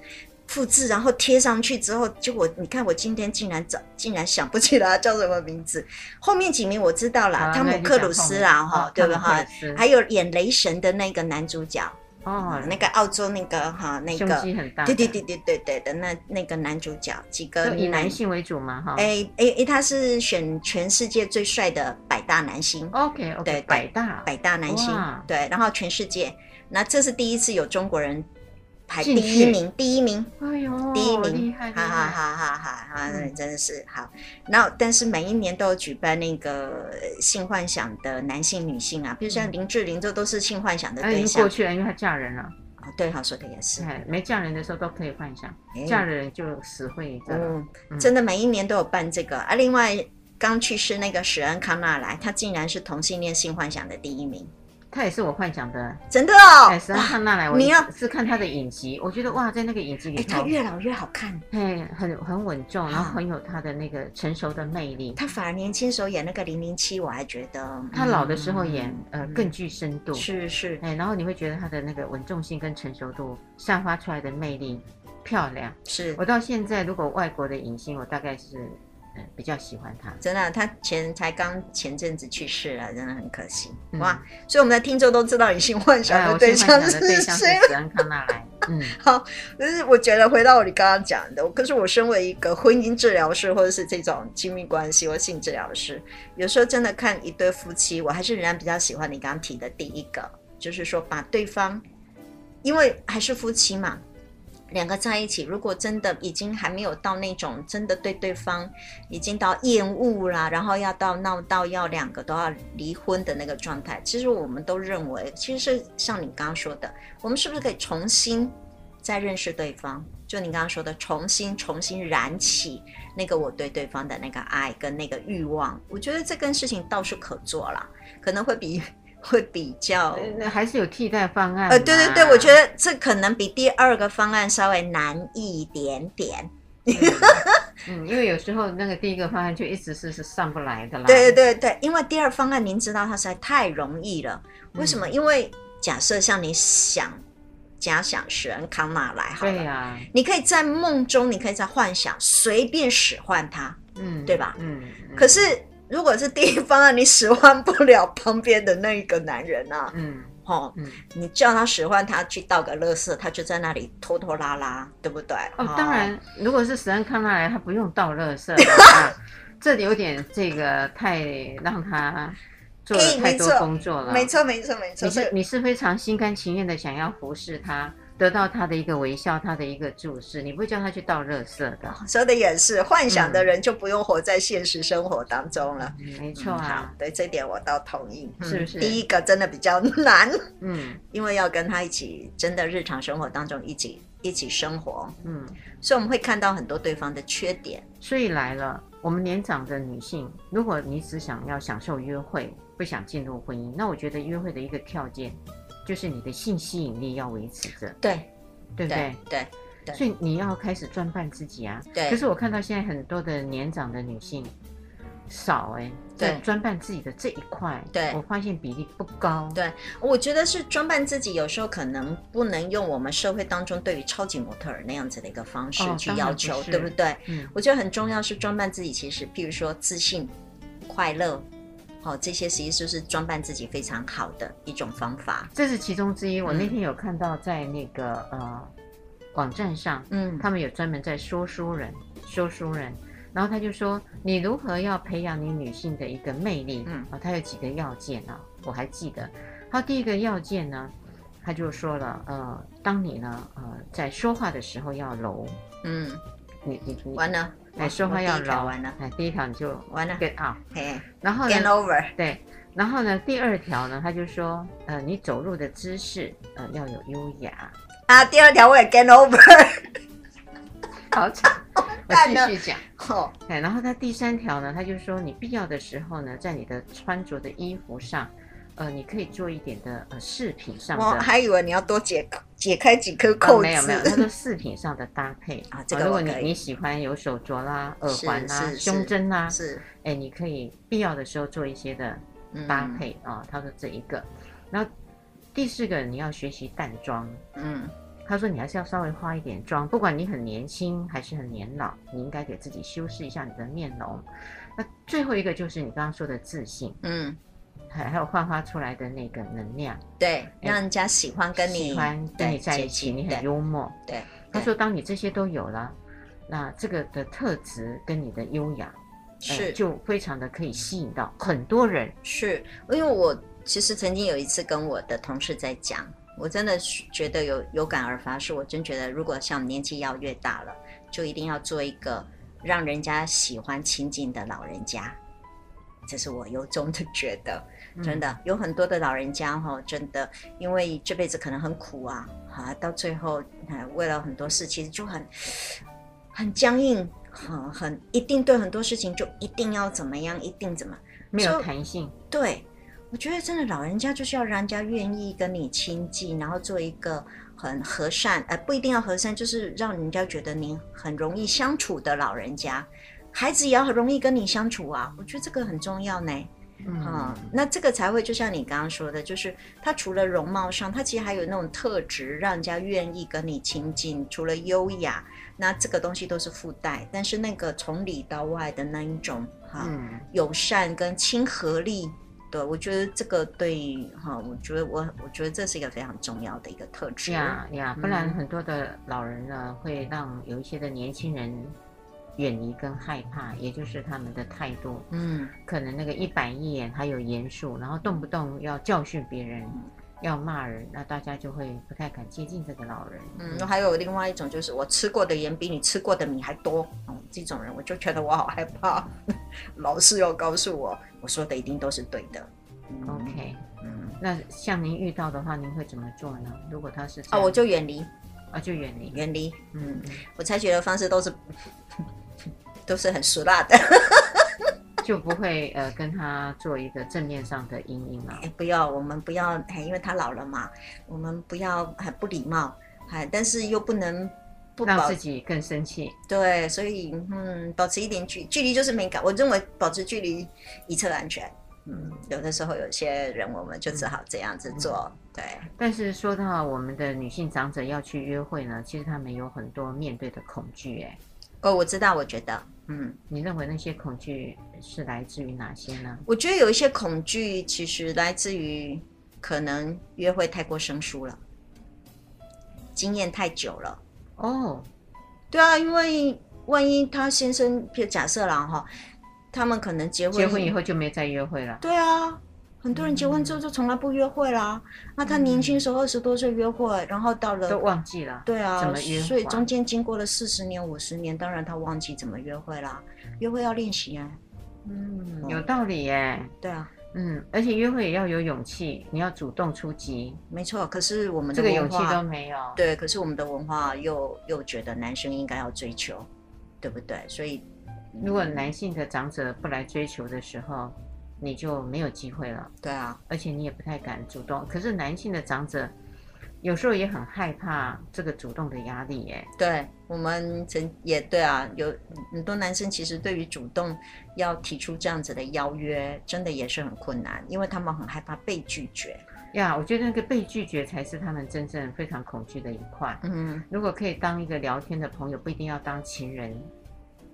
[SPEAKER 5] 复制，然后贴上去之后，结果你看我今天竟然找，竟然想不起来他叫什么名字。 后面几名我知道啦，
[SPEAKER 4] 好
[SPEAKER 5] 汤
[SPEAKER 4] 啊那就
[SPEAKER 5] 姆克
[SPEAKER 4] 讲
[SPEAKER 5] 鲁
[SPEAKER 4] 后
[SPEAKER 5] 斯
[SPEAKER 4] 面
[SPEAKER 5] 啦，
[SPEAKER 4] 哦
[SPEAKER 5] 哈、
[SPEAKER 4] 汤
[SPEAKER 5] 对
[SPEAKER 4] 姆
[SPEAKER 5] 吧？
[SPEAKER 4] 克
[SPEAKER 5] 哈
[SPEAKER 4] 鲁斯，
[SPEAKER 5] 还有演雷神的那个男主角，
[SPEAKER 4] 哦，
[SPEAKER 5] 那个澳洲那个哈、那
[SPEAKER 4] 胸
[SPEAKER 5] 个
[SPEAKER 4] 肌，很大，
[SPEAKER 5] 对对对，对对对的那那个男主角，几个
[SPEAKER 4] 就以
[SPEAKER 5] 男
[SPEAKER 4] 男。性为主嘛，哈。
[SPEAKER 5] 哎哎哎，他是选全世界最帅的百大男星。
[SPEAKER 4] OK
[SPEAKER 5] 对
[SPEAKER 4] OK，
[SPEAKER 5] 对
[SPEAKER 4] 百大
[SPEAKER 5] 百大男星
[SPEAKER 4] 哇，
[SPEAKER 5] 对，然后全世界，那这是第一次有中国人排第
[SPEAKER 4] 进
[SPEAKER 5] 一
[SPEAKER 4] 去
[SPEAKER 5] 名，第一名，
[SPEAKER 4] 哎呦，
[SPEAKER 5] 第一
[SPEAKER 4] 厉
[SPEAKER 5] 名，
[SPEAKER 4] 害
[SPEAKER 5] 哈
[SPEAKER 4] 厉
[SPEAKER 5] 哈
[SPEAKER 4] 害，
[SPEAKER 5] 哈哈哈哈，
[SPEAKER 4] 嗯
[SPEAKER 5] 真的是好。然后，但是每一年都有举办那个呃性幻想的男性、女性啊，比如像林志玲，这都是性幻想的
[SPEAKER 4] 哎，已
[SPEAKER 5] 对
[SPEAKER 4] 经
[SPEAKER 5] 象。
[SPEAKER 4] 过
[SPEAKER 5] 哦，
[SPEAKER 4] 去了，因为她嫁人了。
[SPEAKER 5] 对，好说的也是。
[SPEAKER 4] 哎，没嫁人的时候都可以幻想，
[SPEAKER 5] 哎
[SPEAKER 4] 嫁了人就死会一个。
[SPEAKER 5] 嗯
[SPEAKER 4] 嗯，
[SPEAKER 5] 真的每一年都有办这个啊。另外，刚去世那个史恩康纳莱，他竟然是同性恋性幻想的第一名，
[SPEAKER 4] 她也是我幻想的。
[SPEAKER 5] 真的哦
[SPEAKER 4] 哎，实际上。看那来，我
[SPEAKER 5] 你要
[SPEAKER 4] 是看她的影集，我觉得哇，在那个影集
[SPEAKER 5] 哎，
[SPEAKER 4] 里
[SPEAKER 5] 他
[SPEAKER 4] 头，
[SPEAKER 5] 越老越好看。
[SPEAKER 4] 嘿，很很稳重，然后
[SPEAKER 5] 啊
[SPEAKER 4] 很有他的那个成熟的魅力。
[SPEAKER 5] 他反而年轻时候演那个零零七，我还觉得
[SPEAKER 4] 他老的时候演，呃，
[SPEAKER 5] 嗯
[SPEAKER 4] 更具深度。
[SPEAKER 5] 是是
[SPEAKER 4] 哎，然后你会觉得他的那个稳重性跟成熟度散发出来的魅力漂亮。
[SPEAKER 5] 是
[SPEAKER 4] 我，到现在，如果外国的影星，我大概是呃比较喜欢他。
[SPEAKER 5] 真的啊，他前才刚前阵子去世了，真的很可惜
[SPEAKER 4] 嗯
[SPEAKER 5] 哇！所以我们的听众都知道你性幻想
[SPEAKER 4] 哎，
[SPEAKER 5] 的
[SPEAKER 4] 我最
[SPEAKER 5] 对
[SPEAKER 4] 幻想
[SPEAKER 5] 象
[SPEAKER 4] 的对
[SPEAKER 5] 是
[SPEAKER 4] 象是
[SPEAKER 5] 谁了？
[SPEAKER 4] 史安康纳莱。 嗯
[SPEAKER 5] 好，就是我觉得回到你刚刚讲的，可是我身为一个婚姻治疗师或者是这种亲密关系或性治疗师，有时候真的看一对夫妻，我还是仍然比较喜欢你刚刚提的第一个，就是说把对方，因为还是夫妻嘛。两个在一起，如果真的已经还没有到那种真的对对方已经到厌恶啦，然后要到闹到要两个都要离婚的那个状态，其实我们都认为，其实是像你刚刚说的，我们是不是可以重新再认识对方？就你刚刚说的，重新重新燃起那个我对对方的那个爱跟那个欲望，我觉得这件事情倒是可做啦，可能会比 会比较。
[SPEAKER 4] 呃还是有替代方案嘛。
[SPEAKER 5] 呃，对对对，我觉得这可能比第二个方案稍微难一点点。
[SPEAKER 4] 嗯，因为有时候那个第一个方案就一直是是上不来的啦。
[SPEAKER 5] 对对对，因为第二方案您知道它实在太容易了，为什么？
[SPEAKER 4] 嗯
[SPEAKER 5] 因为假设像你想假想使人康纳来好了，
[SPEAKER 4] 对呀、
[SPEAKER 5] 你可以在梦中，你可以在幻想随便使唤他，
[SPEAKER 4] 嗯，
[SPEAKER 5] 对吧
[SPEAKER 4] 嗯，嗯
[SPEAKER 5] 可是。如果是第一方案，你使唤不了旁边的那一个男人啊，
[SPEAKER 4] 嗯
[SPEAKER 5] 哦，
[SPEAKER 4] 嗯，
[SPEAKER 5] 你叫他使唤他去倒个垃圾，他就在那里拖拖拉拉，对不对？
[SPEAKER 4] 哦，当然，如果是实安康纳来，他不用倒垃 圾了啊，这有点这个太让他做了
[SPEAKER 5] 哎
[SPEAKER 4] 太
[SPEAKER 5] 没
[SPEAKER 4] 多
[SPEAKER 5] 错
[SPEAKER 4] 工作了。
[SPEAKER 5] 没，错，没错，没错。
[SPEAKER 4] 你
[SPEAKER 5] 所以
[SPEAKER 4] 是你是非常心甘情愿的想要服侍他，得到他的一个微笑，他的一个注视，你不会叫他去倒垃圾的。
[SPEAKER 5] 说的也是，幻想的人就不用活在现实生活当中了。
[SPEAKER 4] 嗯没错
[SPEAKER 5] 好
[SPEAKER 4] 啊，，
[SPEAKER 5] 对这点我倒同意，嗯
[SPEAKER 4] 是不是
[SPEAKER 5] 第一个真的比较难，
[SPEAKER 4] 嗯
[SPEAKER 5] 因为要跟他一起，真的日常生活当中一起一起生活，
[SPEAKER 4] 嗯，
[SPEAKER 5] 所以我们会看到很多对方的缺点。
[SPEAKER 4] 所以来了，我们年长的女性，如果你只想要享受约会，不想进入婚姻，那我觉得约会的一个条件就是你的性吸引力要维持着，
[SPEAKER 5] 对
[SPEAKER 4] 对不对
[SPEAKER 5] 嗯对？对对
[SPEAKER 4] 所以你要开始装扮自己啊。
[SPEAKER 5] 对
[SPEAKER 4] 可是我看到现在很多的年长的女性少哎、
[SPEAKER 5] 对
[SPEAKER 4] 在装扮自己的这一块，
[SPEAKER 5] 对
[SPEAKER 4] 我发现比例不高。
[SPEAKER 5] 对我觉得是装扮自己，有时候可能不能用我们社会当中对于超级模特儿那样子的一个方式
[SPEAKER 4] 哦
[SPEAKER 5] 去
[SPEAKER 4] 当然
[SPEAKER 5] 要
[SPEAKER 4] 不
[SPEAKER 5] 求，
[SPEAKER 4] 是
[SPEAKER 5] 对不对？
[SPEAKER 4] 嗯，
[SPEAKER 5] 我觉得很重要是装扮自己，其实譬如说自信、快乐，好、这些其实就是装扮自己非常好的一种方法。
[SPEAKER 4] 这是其中之一。我
[SPEAKER 5] 嗯
[SPEAKER 4] 那天有看到在那个、呃网站上，
[SPEAKER 5] 嗯，
[SPEAKER 4] 他们有专门在说书人，说书人。然后他就说，你如何要培养你女性的一个魅力？
[SPEAKER 5] 嗯
[SPEAKER 4] 啊，他有几个要件啊，我还记得。他第一个要件呢，他就说了，呃，当你呢，呃，在说话的时候要柔，
[SPEAKER 5] 嗯，
[SPEAKER 4] 你你你，
[SPEAKER 5] 完了，
[SPEAKER 4] 哎，说话要
[SPEAKER 5] 我第一条
[SPEAKER 4] 柔，
[SPEAKER 5] 完了，
[SPEAKER 4] 哎，第一条你就
[SPEAKER 5] 完了
[SPEAKER 4] get out，
[SPEAKER 5] 嘿
[SPEAKER 4] 然后呢
[SPEAKER 5] ，get over，
[SPEAKER 4] 对，然后呢，第二条呢，他就说，呃，你走路的姿势，呃，要有优雅。
[SPEAKER 5] 啊，第二条我也 get over，
[SPEAKER 4] 好惨，我
[SPEAKER 5] 淡了
[SPEAKER 4] 继续讲。
[SPEAKER 5] 哦，
[SPEAKER 4] 哎，然后他第三条呢，他就说你必要的时候呢，在你的穿着的衣服上，呃，你可以做一点的呃饰品上的，
[SPEAKER 5] 我还以为你要多解解开几颗
[SPEAKER 4] 呃
[SPEAKER 5] 扣子，
[SPEAKER 4] 没有没 有，他说饰品上的搭配呃
[SPEAKER 5] 啊这个
[SPEAKER 4] 如果
[SPEAKER 5] 我
[SPEAKER 4] 你
[SPEAKER 5] 可以
[SPEAKER 4] 你喜欢有手镯啦、耳环啦、
[SPEAKER 5] 是是
[SPEAKER 4] 胸针啦，
[SPEAKER 5] 是，
[SPEAKER 4] 哎，你可以必要的时候做一些的
[SPEAKER 5] 嗯
[SPEAKER 4] 搭，配啊、他说这一个，然后第四个你要学习淡妆，
[SPEAKER 5] 嗯，
[SPEAKER 4] 他说：“你还是要稍微化一点妆，不管你很年轻还是很年老，你应该给自己修饰一下你的面容。”那最后一个就是你刚刚说的自信，
[SPEAKER 5] 嗯，
[SPEAKER 4] 还还有焕发出来的那个能量，
[SPEAKER 5] 对，让人家喜欢跟你
[SPEAKER 4] 哎喜欢跟你
[SPEAKER 5] 对
[SPEAKER 4] 在
[SPEAKER 5] 接
[SPEAKER 4] 一起，
[SPEAKER 5] 近
[SPEAKER 4] 你很
[SPEAKER 5] 对
[SPEAKER 4] 幽默。
[SPEAKER 5] 对，
[SPEAKER 4] 他
[SPEAKER 5] 对
[SPEAKER 4] 说：“当你这些都有了，那这个的特质跟你的优雅，呃
[SPEAKER 5] 是
[SPEAKER 4] 就非常的可以吸引到很多人。
[SPEAKER 5] 是因为我其实曾经有一次跟我的同事在讲，我真的是觉得有有感而发，是我真觉得，如果像我们年纪要越大了，就一定要做一个让人家喜欢亲近的老人家。这是我由衷的觉得，
[SPEAKER 4] 嗯
[SPEAKER 5] 真的有很多的老人家哈、真的因为这辈子可能很苦啊，啊，到最后，啊为了很多事，其实就很很僵硬，很很一定对很多事情就一定要怎么样，一定怎么。
[SPEAKER 4] 没有
[SPEAKER 5] 就
[SPEAKER 4] 弹性，
[SPEAKER 5] 对，我觉得真的老人家就是要让人家愿意跟你亲近，然后做一个很和善，呃，不一定要和善，就是让人家觉得你很容易相处的老人家。孩子也要很容易跟你相处啊，我觉得这个很重要呢。嗯，那这个才会就像你刚刚说的，就是他除了容貌上，他其实还有那种特质，让人家愿意跟你亲近。除了优雅，那这个东西都是附带，但是那个从里到外的那一种哈、
[SPEAKER 4] 嗯
[SPEAKER 5] 友善跟亲和力，对，我觉得这个对哈、我觉得我我觉得这是一个非常重要的一个特质。
[SPEAKER 4] 呀啊呀，不然
[SPEAKER 5] 嗯
[SPEAKER 4] 很多的老人呢，会让有一些的年轻人远离跟害怕，也就是他们的态度，
[SPEAKER 5] 嗯，
[SPEAKER 4] 可能那个一板一眼，还有严肃，然后动不动要教训别人，
[SPEAKER 5] 嗯
[SPEAKER 4] 要骂人，那大家就会不太敢接近这个老人。
[SPEAKER 5] 嗯，还有另外一种就是我吃过的盐比你吃过的米还多，嗯，这种人我就觉得我好害怕。老师要告诉我，我说的一定都是对的。嗯
[SPEAKER 4] OK，
[SPEAKER 5] 嗯，
[SPEAKER 4] 那像您遇到的话，您会怎么做呢？如果他是这
[SPEAKER 5] 哦，
[SPEAKER 4] 样
[SPEAKER 5] 我就远离，
[SPEAKER 4] 啊就远离，
[SPEAKER 5] 远离。嗯
[SPEAKER 4] 嗯，，
[SPEAKER 5] 我采取的方式都是 都是很俗辣的，
[SPEAKER 4] 就不会呃跟他做一个正面上的阴影了。
[SPEAKER 5] 哎，不要，我们不要，哎，因为他老了嘛，我们不要很不礼貌，哎，但是又不能不
[SPEAKER 4] 让
[SPEAKER 5] 保
[SPEAKER 4] 自己更生气，
[SPEAKER 5] 对，所以嗯，保持一点距距离就是敏感。我认为保持距离以测安全。嗯，有的时候有些人我们就
[SPEAKER 4] 嗯
[SPEAKER 5] 只好这样子做。对，
[SPEAKER 4] 但是说到我们的女性长者要去约会呢，其实她们有很多面对的恐惧。哎，
[SPEAKER 5] 哦，我知道，我觉得，嗯，
[SPEAKER 4] 你认为那些恐惧是来自于哪些呢？
[SPEAKER 5] 我觉得有一些恐惧其实来自于可能约会太过生疏了，经验太久了。
[SPEAKER 4] 哦，
[SPEAKER 5] 对啊，因为万一他先生，就假设啦哈，他们可能结婚
[SPEAKER 4] 结婚以后就没再约会了。
[SPEAKER 5] 对啊，很多人结婚之后就从来不约会啦。那他年轻时候二十多岁约会，然后到
[SPEAKER 4] 嗯都
[SPEAKER 5] 了。
[SPEAKER 4] 忘记了，
[SPEAKER 5] 对啊，
[SPEAKER 4] 怎么约
[SPEAKER 5] 所以
[SPEAKER 4] 法
[SPEAKER 5] 中间经过了四十年、五十年，当然他忘记怎么约会啦。约会要练习啊，
[SPEAKER 4] 嗯，有道理耶，
[SPEAKER 5] 对啊，
[SPEAKER 4] 嗯，而且约会也要有勇气，你要主动出击，
[SPEAKER 5] 没错。可是我们
[SPEAKER 4] 这
[SPEAKER 5] 的
[SPEAKER 4] 个勇
[SPEAKER 5] 文
[SPEAKER 4] 气
[SPEAKER 5] 化，
[SPEAKER 4] 都没有。
[SPEAKER 5] 对，可是我们的文化又又觉得男生应该要追求，对不对？所以嗯
[SPEAKER 4] 如果男性的长者不来追求的时候，你就没有机会了，
[SPEAKER 5] 对啊，
[SPEAKER 4] 而且你也不太敢主动。可是男性的长者有时候也很害怕这个主动的压力耶。
[SPEAKER 5] 对我们曾也对啊，有很多男生其实对于主动要提出这样子的邀约，真的也是很困难，因为他们很害怕被拒绝。
[SPEAKER 4] 呀我觉得那个被拒绝才是他们真正非常恐惧的一块。
[SPEAKER 5] 嗯，
[SPEAKER 4] 如果可以当一个聊天的朋友，不一定要当情人，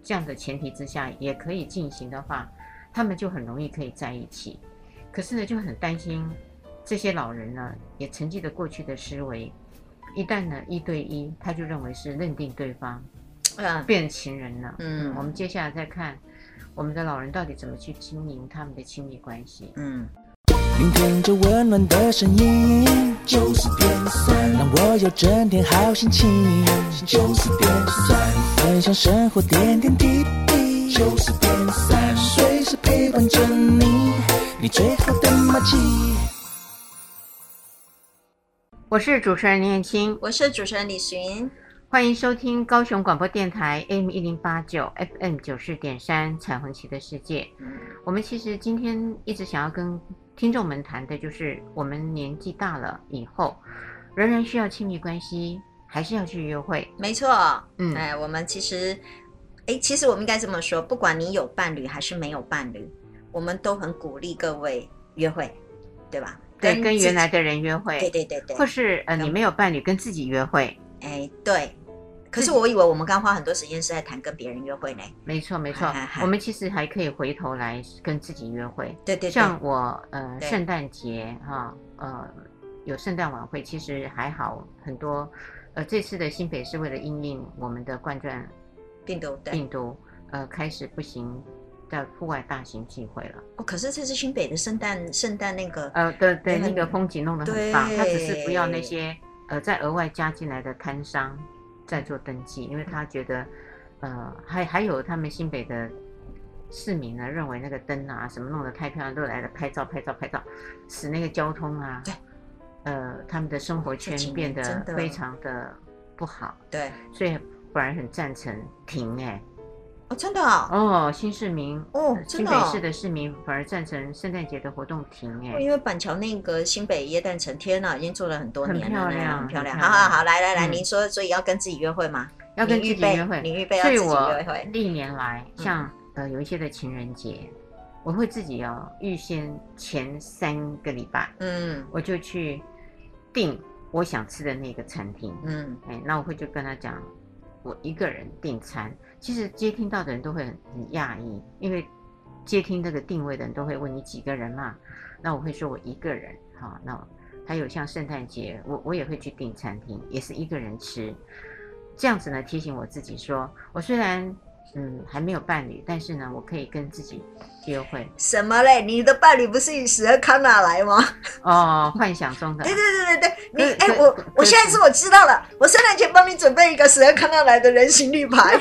[SPEAKER 4] 这样的前提之下也可以进行的话，他们就很容易可以在一起。可是呢，就很担心这些老人呢，也沉寂了过去的思维，一旦呢一对一，他就认为是认定对方，
[SPEAKER 5] 啊，
[SPEAKER 4] 变情人了。
[SPEAKER 5] 嗯
[SPEAKER 4] 我们接下来再看我们的老人到底怎么去经营他们的亲密关系。
[SPEAKER 5] 嗯。
[SPEAKER 6] 聆听着温暖的声音，九十点三，让我有整天好心情。九十点三，分享生活点点滴滴。九十点三，随时陪伴着你，你最好的默契。
[SPEAKER 4] 我是主持人林燕青，
[SPEAKER 5] 我是主持人李寻，
[SPEAKER 4] 欢迎收听高雄广播电台 AM 一零八九 FM 九四点三《彩虹旗的世界》。我们其实今天一直想要跟听众们谈的就是，我们年纪大了以后，仍然需要亲密关系，还是要去约会。
[SPEAKER 5] 没错，
[SPEAKER 4] 嗯
[SPEAKER 5] 哎，我们其实，哎，其实我们应该这么说，不管你有伴侣还是没有伴侣，我们都很鼓励各位约会，对吧？
[SPEAKER 4] 对，跟
[SPEAKER 5] 自己
[SPEAKER 4] 原来的人约
[SPEAKER 5] 对
[SPEAKER 4] 会，
[SPEAKER 5] 对对对
[SPEAKER 4] 或，是呃，
[SPEAKER 5] 跟
[SPEAKER 4] 你没有伴侣，跟自己约会。
[SPEAKER 5] 哎对。可是我以为我们刚花很多时间是在谈跟别人约会呢，
[SPEAKER 4] 没错，没错
[SPEAKER 5] 嗨嗨，嗨
[SPEAKER 4] 我们其实还可以回头来跟自己约会。
[SPEAKER 5] 对对对，
[SPEAKER 4] 像我呃
[SPEAKER 5] 对
[SPEAKER 4] 圣诞节哈、呃有圣诞晚会，其实还好很多。呃，这次的新北是为了因应我们的冠状
[SPEAKER 5] 病毒对。
[SPEAKER 4] 病毒，呃，开始不行在户外大型聚会了。
[SPEAKER 5] 哦，可是这次新北的圣诞圣诞那个，
[SPEAKER 4] 呃，对对，
[SPEAKER 5] 也
[SPEAKER 4] 那
[SPEAKER 5] 很
[SPEAKER 4] 个风景弄得很棒，
[SPEAKER 5] 对
[SPEAKER 4] 它只是不要那些呃再额外加进来的摊商再做登记，因为他觉得呃还还有他们新北的市民呢认为那个灯啊什么弄得太漂亮，都来了拍照拍照拍照，使那个交通啊，
[SPEAKER 5] 对，
[SPEAKER 4] 呃他们的生活
[SPEAKER 5] 这
[SPEAKER 4] 圈
[SPEAKER 5] 几年
[SPEAKER 4] 变得
[SPEAKER 5] 真的
[SPEAKER 4] 非常的不好，
[SPEAKER 5] 对，
[SPEAKER 4] 所以反而很赞成停哎、
[SPEAKER 5] 哦，真的哦，
[SPEAKER 4] 哦新市民
[SPEAKER 5] 哦真
[SPEAKER 4] 新
[SPEAKER 5] 的
[SPEAKER 4] 北
[SPEAKER 5] 哦
[SPEAKER 4] 市的市民反而赞成圣诞节的活动停哎、
[SPEAKER 5] 因为板桥那个新北耶诞城，天啊呐，已经做了很多
[SPEAKER 4] 很
[SPEAKER 5] 年了呢，
[SPEAKER 4] 漂亮
[SPEAKER 5] 很漂亮。
[SPEAKER 4] 很
[SPEAKER 5] 好
[SPEAKER 4] 漂
[SPEAKER 5] 好
[SPEAKER 4] 亮
[SPEAKER 5] 好，来来来，
[SPEAKER 4] 嗯
[SPEAKER 5] 您说，所以要跟自己约会吗？
[SPEAKER 4] 要跟
[SPEAKER 5] 你
[SPEAKER 4] 自
[SPEAKER 5] 预
[SPEAKER 4] 己
[SPEAKER 5] 备
[SPEAKER 4] 约会，
[SPEAKER 5] 你预备要
[SPEAKER 4] 所以
[SPEAKER 5] 自己
[SPEAKER 4] 我
[SPEAKER 5] 约会
[SPEAKER 4] 历年来
[SPEAKER 5] 嗯
[SPEAKER 4] 像呃有一些的情人节，我会自己要预先前三个礼拜，
[SPEAKER 5] 嗯
[SPEAKER 4] 我就去订我想吃的那个餐厅，
[SPEAKER 5] 嗯，
[SPEAKER 4] 哎，那我会就跟他讲，我一个人订餐。其实接听到的人都会很很讶异，因为接听这个定位的人都会问你几个人嘛，那我会说我一个人，好、那我还有像圣诞节，我我也会去订餐厅，也是一个人吃，这样子呢提醒我自己说，我虽然嗯还没有伴侣，但是呢我可以跟自己约会
[SPEAKER 5] 什么嘞？你的伴侣不是与史和康纳来吗？
[SPEAKER 4] 哦，幻想中的
[SPEAKER 5] 对对对对对，你
[SPEAKER 4] 可
[SPEAKER 5] 哎、
[SPEAKER 4] 以
[SPEAKER 5] 我
[SPEAKER 4] 可以
[SPEAKER 5] 我现在是我知道了，我圣诞节帮你准备一个史和康纳来的人形立 牌，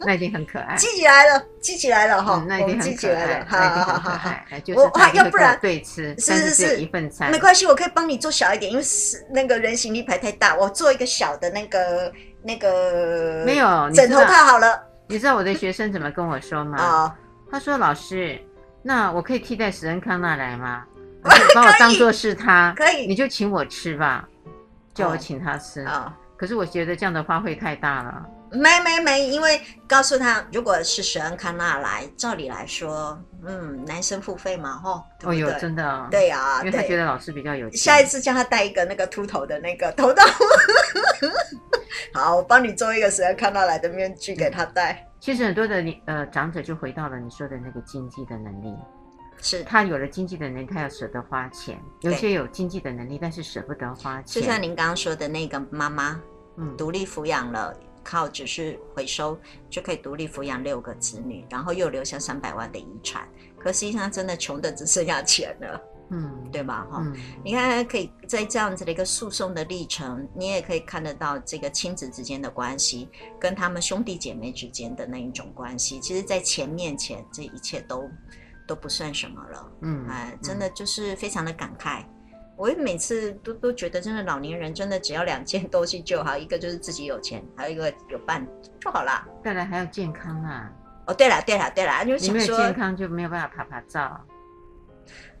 [SPEAKER 4] 那已经很可爱。
[SPEAKER 5] 记起来了，记起来了哈
[SPEAKER 4] 嗯，，那一
[SPEAKER 5] 哦我
[SPEAKER 4] 定
[SPEAKER 5] 们记
[SPEAKER 4] 很
[SPEAKER 5] 起
[SPEAKER 4] 可
[SPEAKER 5] 来
[SPEAKER 4] 爱
[SPEAKER 5] 了，，好
[SPEAKER 4] 那一定很
[SPEAKER 5] 好
[SPEAKER 4] 可
[SPEAKER 5] 好好。
[SPEAKER 4] 爱。哎就
[SPEAKER 5] 我
[SPEAKER 4] 是他
[SPEAKER 5] 哇
[SPEAKER 4] 一定
[SPEAKER 5] 要
[SPEAKER 4] 会
[SPEAKER 5] 不
[SPEAKER 4] 跟我
[SPEAKER 5] 然
[SPEAKER 4] 对吃，
[SPEAKER 5] 是
[SPEAKER 4] 但
[SPEAKER 5] 是
[SPEAKER 4] 只有
[SPEAKER 5] 是
[SPEAKER 4] 一份餐，
[SPEAKER 5] 没关系，我可以帮你做小一点，因为是那个人形立牌太大，我做一个小的那个那个
[SPEAKER 4] 没有你
[SPEAKER 5] 枕
[SPEAKER 4] 知
[SPEAKER 5] 头
[SPEAKER 4] 道啊
[SPEAKER 5] 套好了
[SPEAKER 4] 你知道我的学生怎么跟我说吗？
[SPEAKER 5] 哦，
[SPEAKER 4] 他说：“老师，那我可以替代史恩康纳来 吗？我说把我当做是他，
[SPEAKER 5] 可以
[SPEAKER 4] 你就请我吃吧，叫我
[SPEAKER 5] 哦
[SPEAKER 4] 请他吃。
[SPEAKER 5] 哦，
[SPEAKER 4] 可是我觉得这样的花费太大了。
[SPEAKER 5] 没没没，因为告诉他，如果是史恩康纳来，照理来说，嗯，男生付费嘛，吼，对不
[SPEAKER 4] 哦哟，
[SPEAKER 5] 对
[SPEAKER 4] 真的哦，
[SPEAKER 5] 对呀、
[SPEAKER 4] 因为他觉
[SPEAKER 5] 对。
[SPEAKER 4] 得老师比较有钱。
[SPEAKER 5] 下一次叫他戴一个那个秃头的那个头套。 好，我帮你做一个史恩康纳来的面具给他戴。
[SPEAKER 4] 其实很多的你呃长者就回到了你说的那个经济的能力，
[SPEAKER 5] 是，
[SPEAKER 4] 他有了经济的能力，他要舍得花钱。有
[SPEAKER 5] 对
[SPEAKER 4] 些有经济的能力，但是舍不得花
[SPEAKER 5] 就
[SPEAKER 4] 钱。
[SPEAKER 5] 像您刚刚说的那个妈妈，
[SPEAKER 4] 嗯，
[SPEAKER 5] 独立抚养了，靠只是回收就可以独立抚养六个子女，然后又留下三百万的遗产。可实际上，真的穷的只剩下钱了，
[SPEAKER 4] 嗯，
[SPEAKER 5] 对吧？哈、
[SPEAKER 4] 嗯，
[SPEAKER 5] 你看，可以在这样子的一个诉讼的历程，你也可以看得到这个亲子之间的关系，跟他们兄弟姐妹之间的那一种关系。其实，在钱面前，这一切都都不算什么了。
[SPEAKER 4] 嗯，
[SPEAKER 5] 哎，
[SPEAKER 4] 嗯
[SPEAKER 5] 真的就是非常的感慨。我每次都都觉得，真的老年人真的只要两件东西就好，一个就是自己有钱，还有一个有伴就好啦。
[SPEAKER 4] 再来还要健康啊！
[SPEAKER 5] 哦，对了，对了，对了，因为
[SPEAKER 4] 你
[SPEAKER 5] 想
[SPEAKER 4] 没有
[SPEAKER 5] 说
[SPEAKER 4] 健康就没有办法爬爬照，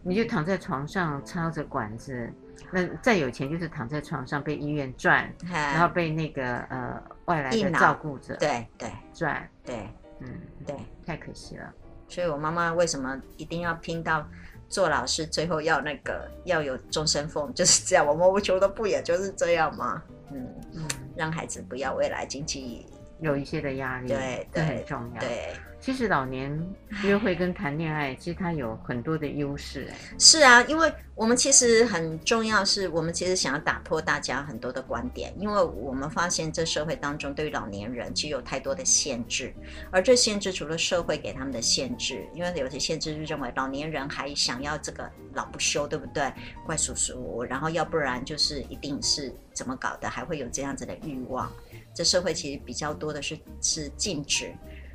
[SPEAKER 4] 你就躺在床上插着管子。那再有钱就是躺在床上被医院转，
[SPEAKER 5] 哎
[SPEAKER 4] 然后被那个呃外来
[SPEAKER 5] 一
[SPEAKER 4] 的
[SPEAKER 5] 脑
[SPEAKER 4] 照顾者
[SPEAKER 5] 对对
[SPEAKER 4] 转，
[SPEAKER 5] 对
[SPEAKER 4] 嗯，
[SPEAKER 5] 对，
[SPEAKER 4] 太可惜了。
[SPEAKER 5] 所以我妈妈为什么一定要拼到做老师，最后要那个要有终身俸，就是这样。我们无求的不也就是这样吗？嗯，
[SPEAKER 4] 嗯，
[SPEAKER 5] 让孩子不要未来经济
[SPEAKER 4] 有一些的压力，
[SPEAKER 5] 对
[SPEAKER 4] 这很
[SPEAKER 5] 对
[SPEAKER 4] 重要。
[SPEAKER 5] 对。
[SPEAKER 4] 其实老年约会跟谈恋爱，其实它有很多的优势、哎
[SPEAKER 5] 是啊，因为我们其实很重要，是我们其实想要打破大家很多的观点，因为我们发现这社会当中对于老年人其实有太多的限制，而这限制除了社会给他们的限制，因为有些限制是认为老年人还想要这个老不休，对不对？怪叔叔，然后要不然就是一定是怎么搞的，还会有这样子的欲望。这社会其实比较多的是是禁止，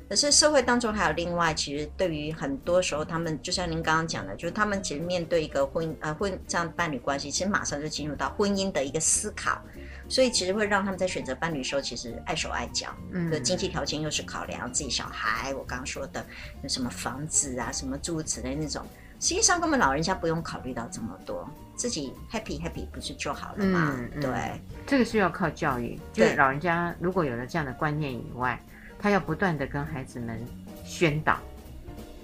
[SPEAKER 5] 可是社会当中还有另外，其实对于很多时候，他们就像您刚刚讲的，就是他们其实面对一个婚呃婚这样伴侣关系，其实马上就进入到婚姻的一个思考，所以其实会让他们在选择伴侣的时候，其实碍手碍脚。
[SPEAKER 4] 嗯
[SPEAKER 5] 的经济条件又是考量自己小孩，我刚刚说的有什么房子啊，什么诸如此类那种，实际上根本老人家不用考虑到这么多，自己 happy happy 不是就好了吗？
[SPEAKER 4] 嗯嗯
[SPEAKER 5] 对，
[SPEAKER 4] 这个是要靠教育，就是
[SPEAKER 5] 对
[SPEAKER 4] 老人家如果有了这样的观念以外，他要不断的跟孩子们宣导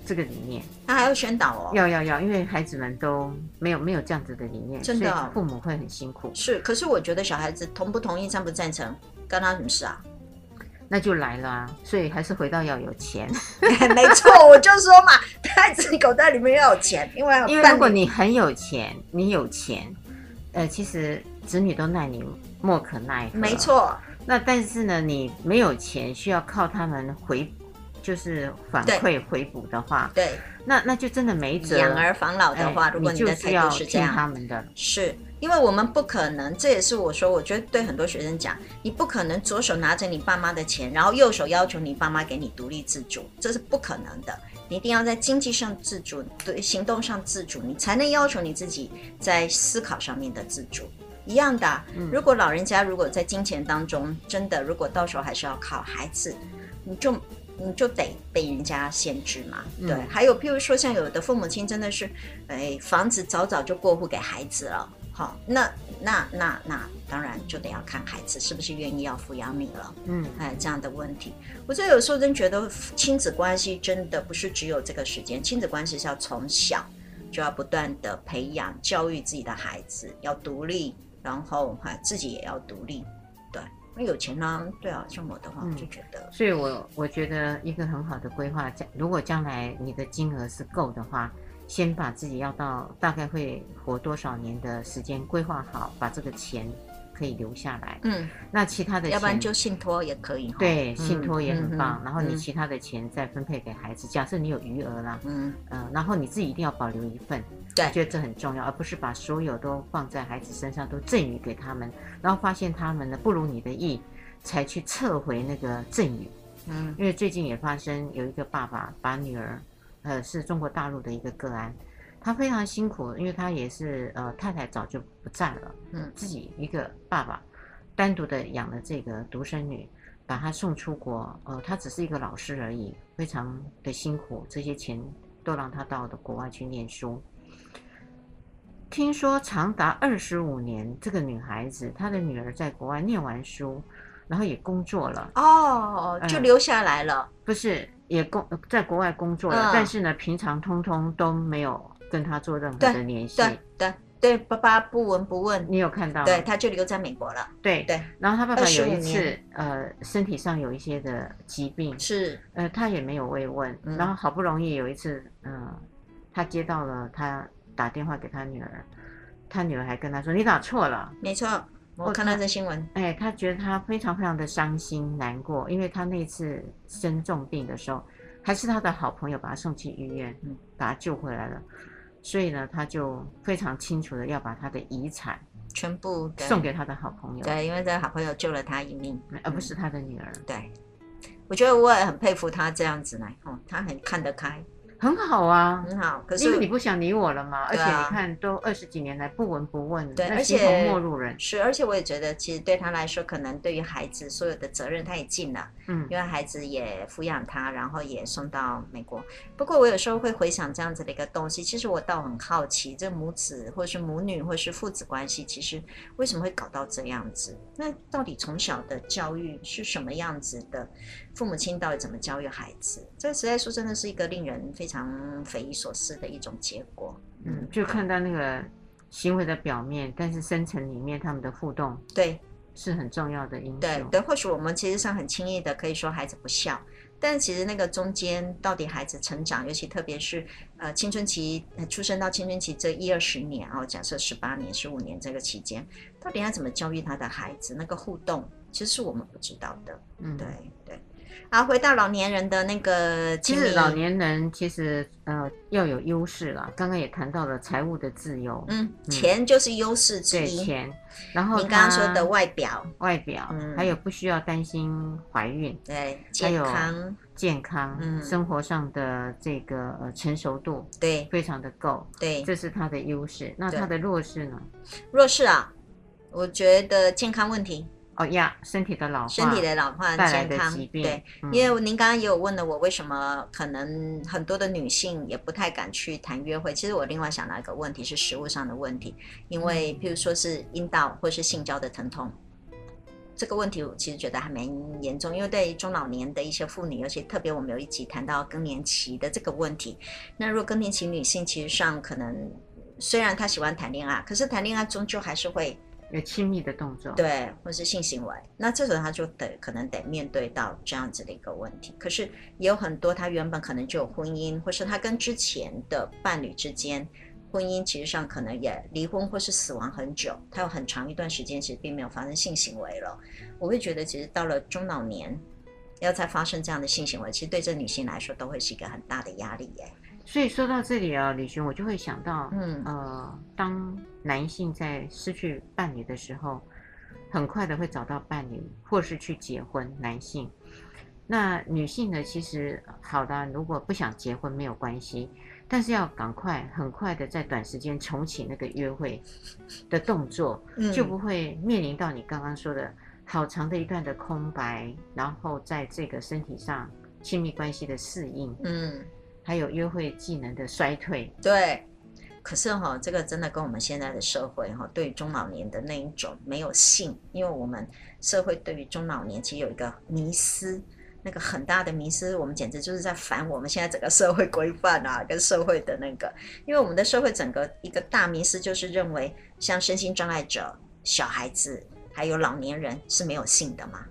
[SPEAKER 4] 这个理念，
[SPEAKER 5] 他还要宣导哦。
[SPEAKER 4] 要要要，因为孩子们都没有没有这样子的理念，
[SPEAKER 5] 真的
[SPEAKER 4] 所
[SPEAKER 5] 哦
[SPEAKER 4] 以父母会很辛苦，
[SPEAKER 5] 是，可是我觉得小孩子同不同意、赞不赞成，干他什么事啊？
[SPEAKER 4] 那就来了啊，所以还是回到要有钱，
[SPEAKER 5] 没错，我就说嘛， 他自己口袋里面要有钱，因为要
[SPEAKER 4] 因为
[SPEAKER 5] 办
[SPEAKER 4] 如果
[SPEAKER 5] 理
[SPEAKER 4] 你很有钱，你有钱，呃，其实子女都耐你莫可奈何，
[SPEAKER 5] 没。错，
[SPEAKER 4] 那但是呢，你没有钱，需要靠他们回，就是反
[SPEAKER 5] 对
[SPEAKER 4] 馈回补的话，
[SPEAKER 5] 对，
[SPEAKER 4] 那那就真的没辙。
[SPEAKER 5] 养儿防老的话，
[SPEAKER 4] 啊哎
[SPEAKER 5] 如果
[SPEAKER 4] 你
[SPEAKER 5] 你
[SPEAKER 4] 就
[SPEAKER 5] 的态度
[SPEAKER 4] 要
[SPEAKER 5] 是这
[SPEAKER 4] 听他
[SPEAKER 5] 样，
[SPEAKER 4] 们的，
[SPEAKER 5] 是因为我们不可能，这也是我说，我觉得对很多学生讲，你不可能左手拿着你爸妈的钱，然后右手要求你爸妈给你独立自主，这是不可能的。你一定要在经济上自主，对行动上自主，你才能要求你自己在思考上面的自主。一样的啊，
[SPEAKER 4] 嗯
[SPEAKER 5] 如果老人家如果在金钱当中真的，如果到时候还是要靠孩子，你就你就得被人家限制嘛。
[SPEAKER 4] 嗯
[SPEAKER 5] 对，还有譬如说像有的父母亲真的是，哎，房子早早就过户给孩子了，好，那那那那当然就得要看孩子是不是愿意要抚养你了。
[SPEAKER 4] 嗯，
[SPEAKER 5] 哎，这样的问题，我觉得有时候真觉得亲子关系真的不是只有这个时间，亲子关系是要从小就要不断的培养、教育自己的孩子，要独立，然后哈、自己也要独立，对，那有钱啊，对啊，像我的话
[SPEAKER 4] 嗯
[SPEAKER 5] 就觉得，
[SPEAKER 4] 所以我我觉得一个很好的规划，将如果将来你的金额是够的话，先把自己要到大概会活多少年的时间规划好，把这个钱可以留下来。
[SPEAKER 5] 嗯，
[SPEAKER 4] 那其他的钱，
[SPEAKER 5] 要不然就信托也可以哈，
[SPEAKER 4] 对信
[SPEAKER 5] 嗯
[SPEAKER 4] 托也很棒。
[SPEAKER 5] 嗯嗯
[SPEAKER 4] 然后你
[SPEAKER 5] 嗯
[SPEAKER 4] 其他的钱再分配给孩子，假设你有余额啦，
[SPEAKER 5] 嗯，
[SPEAKER 4] 嗯、然后你自己一定要保留一份，
[SPEAKER 5] 对
[SPEAKER 4] 我觉得这很重要，而不是把所有都放在孩子身上，都赠予给他们，然后发现他们呢不如你的意，才去撤回那个赠予。
[SPEAKER 5] 嗯
[SPEAKER 4] 因为最近也发生有一个爸爸把女儿，呃，是中国大陆的一个个案，他非常辛苦，因为他也是呃太太早就不在了，
[SPEAKER 5] 嗯
[SPEAKER 4] 自己一个爸爸单独的养了这个独生女，把她送出国，呃，她只是一个老师而已，非常的辛苦，这些钱都让她到的国外去念书。听说长达二十五年，这个女孩子她的女儿在国外念完书，然后也工作了，
[SPEAKER 5] 哦，就
[SPEAKER 4] 嗯
[SPEAKER 5] 留下来了，
[SPEAKER 4] 不是也工呃在国外工作了，
[SPEAKER 5] 嗯
[SPEAKER 4] 但是呢，平常通通都没有跟他做任何
[SPEAKER 5] 对
[SPEAKER 4] 的联系。
[SPEAKER 5] 对对对，爸爸不闻不问，
[SPEAKER 4] 你有看到吗？
[SPEAKER 5] 对，他就留在美国了，
[SPEAKER 4] 对
[SPEAKER 5] 对
[SPEAKER 4] 然后他爸爸有
[SPEAKER 5] 25
[SPEAKER 4] 一次
[SPEAKER 5] 年
[SPEAKER 4] 呃身体上有一些的疾病，
[SPEAKER 5] 是，
[SPEAKER 4] 呃他也没有慰问，
[SPEAKER 5] 嗯
[SPEAKER 4] 然后好不容易有一次，嗯、他接到了他打电话给他女儿，他女儿还跟他说你打错了。
[SPEAKER 5] 没错，我
[SPEAKER 4] 我
[SPEAKER 5] 看到这新闻，
[SPEAKER 4] 哎，他觉得他非常非常的伤心难过，因为他那次生重病的时候，还是他的好朋友把他送去医院，
[SPEAKER 5] 嗯
[SPEAKER 4] 把他救回来了。所以呢，他就非常清楚的要把他的遗产
[SPEAKER 5] 全部给
[SPEAKER 4] 送给他的好朋友，
[SPEAKER 5] 对，因为这个好朋友救了他一命，
[SPEAKER 4] 而不是他的女儿，
[SPEAKER 5] 对，我觉得我也很佩服他这样子来，哦，他很看得开，
[SPEAKER 4] 很好啊。
[SPEAKER 5] 很好。可
[SPEAKER 4] 因为
[SPEAKER 5] 是
[SPEAKER 4] 你不想理我了嘛，而
[SPEAKER 5] 对
[SPEAKER 4] 且
[SPEAKER 5] 啊
[SPEAKER 4] 你看都二十几年来不闻不问，
[SPEAKER 5] 对
[SPEAKER 4] 那
[SPEAKER 5] 而
[SPEAKER 4] 形
[SPEAKER 5] 且
[SPEAKER 4] 同陌路人，
[SPEAKER 5] 是，而且我也觉得，其实对他来说，可能对于孩子所有的责任他也尽了，
[SPEAKER 4] 嗯
[SPEAKER 5] 因为孩子也抚养他，然后也送到美国。不过我有时候会回想这样子的一个东西，其实我倒很好奇，这母子或是母女或是父子关系，其实为什么会搞到这样子？那到底从小的教育是什么样子的？父母亲到底怎么教育孩子？这实在说真的是一个令人非常匪夷所思的一种结果。
[SPEAKER 4] 嗯，就看到那个行为的表面，但是深层里面他们的互动
[SPEAKER 5] 对，
[SPEAKER 4] 是很重要的因素。
[SPEAKER 5] 对对，或许我们其实上很轻易的可以说孩子不孝，但其实那个中间到底孩子成长，尤其特别是呃青春期、呃出生到青春期这一二十年哦，假设十八年、十五年这个期间，到底要怎么教育他的孩子，那个互动，其实是我们不知道的。
[SPEAKER 4] 嗯，
[SPEAKER 5] 对对。好，回到老年人的那个
[SPEAKER 4] 其
[SPEAKER 5] 亲密，
[SPEAKER 4] 实老年人其实呃要有优势啦，刚刚也谈到了财务的自由，
[SPEAKER 5] 嗯，钱就是优势之
[SPEAKER 4] 对
[SPEAKER 5] 一。
[SPEAKER 4] 钱，然后
[SPEAKER 5] 您刚刚说
[SPEAKER 4] 他
[SPEAKER 5] 的外表，
[SPEAKER 4] 外表，
[SPEAKER 5] 嗯
[SPEAKER 4] 还有不需要担心怀孕、
[SPEAKER 5] 对
[SPEAKER 4] 还
[SPEAKER 5] 健
[SPEAKER 4] 有
[SPEAKER 5] 康，
[SPEAKER 4] 健康、
[SPEAKER 5] 嗯
[SPEAKER 4] 生活上的这个呃成熟度
[SPEAKER 5] 对
[SPEAKER 4] 非常的够，
[SPEAKER 5] 对，
[SPEAKER 4] 这是他的优势。那
[SPEAKER 5] 对
[SPEAKER 4] 他的弱势呢？
[SPEAKER 5] 弱势啊，我觉得健康问题。
[SPEAKER 4] 哦呀，身体的老化，
[SPEAKER 5] 身体的老化、
[SPEAKER 4] 带来
[SPEAKER 5] 健
[SPEAKER 4] 的
[SPEAKER 5] 康
[SPEAKER 4] 疾，病，
[SPEAKER 5] 对。
[SPEAKER 4] 嗯
[SPEAKER 5] 因为您刚刚也有问了我，为什么可能很多的女性也不太敢去谈约会？其实我另外想到一个问题是食物上的问题，因为
[SPEAKER 4] 嗯
[SPEAKER 5] 譬如说是阴道或是性交的疼痛，这个问题我其实觉得还蛮严重，因为对于中老年的一些妇女，尤其特别我们有一集谈到更年期的这个问题，那如果更年期女性，其实上可能虽然她喜欢谈恋爱，可是谈恋爱终究还是会
[SPEAKER 4] 有亲密的动作，
[SPEAKER 5] 对，或是性行为，那这时候他就得可能得面对到这样子的一个问题。可是也有很多他原本可能就有婚姻，或是他跟之前的伴侣之间婚姻其实上可能也离婚或是死亡很久，他有很长一段时间其实并没有发生性行为了。我会觉得其实到了中老年。要再发生这样的性行为，其实对这女性来说都会是一个很大的压力耶。
[SPEAKER 4] 所以说到这里啊，李寻，我就会想到，
[SPEAKER 5] 嗯
[SPEAKER 4] 呃，当男性在失去伴侣的时候，很快的会找到伴侣，或是去结婚。男性，那女性呢？其实好的，如果不想结婚没有关系，但是要赶快、很快的在短时间重启那个约会的动作，
[SPEAKER 5] 嗯
[SPEAKER 4] 就不会面临到你刚刚说的好长的一段的空白，然后在这个身体上亲密关系的适应。
[SPEAKER 5] 嗯，
[SPEAKER 4] 还有约会技能的衰退。
[SPEAKER 5] 对，可是哈、这个真的跟我们现在的社会哈、对于中老年的那一种没有性，因为我们社会对于中老年其实有一个迷思，那个很大的迷思，我们简直就是在反我们现在整个社会规范啊，跟社会的那个，因为我们的社会整个一个大迷思就是认为，像身心障碍者、小孩子。还有老年人是没有性的嘛。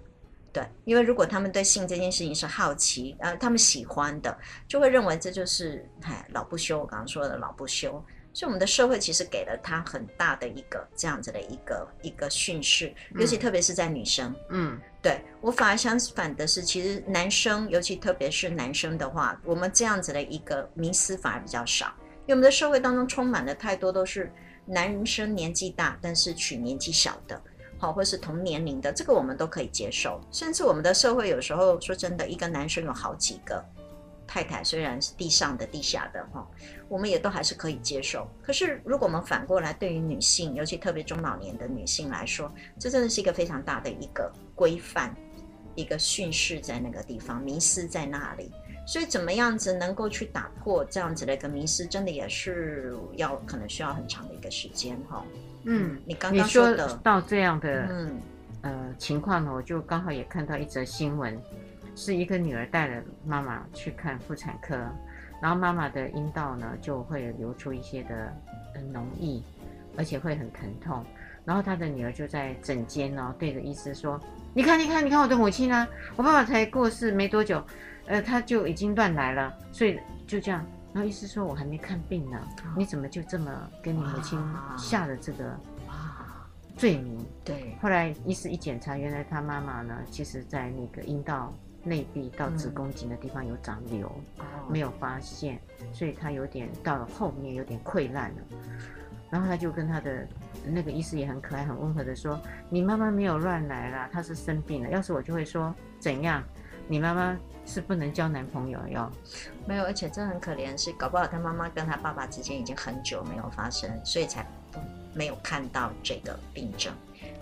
[SPEAKER 5] 对，因为如果他们对性这件事情是好奇，呃，他们喜欢的，就会认为这就是哎老不休，我刚刚说的老不休。所以我们的社会其实给了他很大的一个这样子的一个一个训示，尤其
[SPEAKER 4] 嗯
[SPEAKER 5] 特别是在女生。
[SPEAKER 4] 嗯
[SPEAKER 5] 对我反而相反的是，其实男生，尤其特别是男生的话，我们这样子的一个迷思反而比较少，因为我们的社会当中充满了太多都是男生年纪大，但是娶年纪小的，好，或是同年龄的，这个我们都可以接受。甚至我们的社会有时候说真的，一个男生有好几个太太，虽然是地上的、地下的哈，我们也都还是可以接受。可是如果我们反过来对于女性，尤其特别中老年的女性来说，这真的是一个非常大的一个规范，一个训示在那个地方，迷失在那里。所以怎么样子能够去打破这样子的一个迷失，真的也是要可能需要很长的一个时间哈。
[SPEAKER 4] 嗯，
[SPEAKER 5] 你刚
[SPEAKER 4] 你
[SPEAKER 5] 刚
[SPEAKER 4] 说
[SPEAKER 5] 的，
[SPEAKER 4] 到这样的、
[SPEAKER 5] 嗯
[SPEAKER 4] 呃情况呢，我就刚好也看到一则新闻，是一个女儿带了妈妈去看妇产科，然后妈妈的阴道呢就会流出一些的呃脓液，而且会很疼痛。然后她的女儿就在诊间哦，对着医师说：“你看，你看，你看我的母亲啊，我爸爸才过世没多久，呃，他就已经乱来了，所以就这样。”然后医师说：“我还没看病呢，你怎么就这么给你母亲
[SPEAKER 5] 哇
[SPEAKER 4] 下了这个
[SPEAKER 5] 啊，
[SPEAKER 4] 罪名？”
[SPEAKER 5] 对，
[SPEAKER 4] 后来医师一检查，原来他妈妈呢，其实在那个阴道内壁
[SPEAKER 5] 嗯
[SPEAKER 4] 到子宫颈的地方有长瘤，没
[SPEAKER 5] 有，
[SPEAKER 4] 有发现，所以她有点到了后面有点溃烂了。然后他就跟他的那个医师也很可爱、很温和的说：“你妈妈没有乱来啦，她是生病了。要是我就会说怎样，你妈妈是不能交男朋友哟。
[SPEAKER 5] 没有，而且这很可怜，是搞不好他妈妈跟他爸爸之间已经很久没有发生，所以才不没有看到这个病症。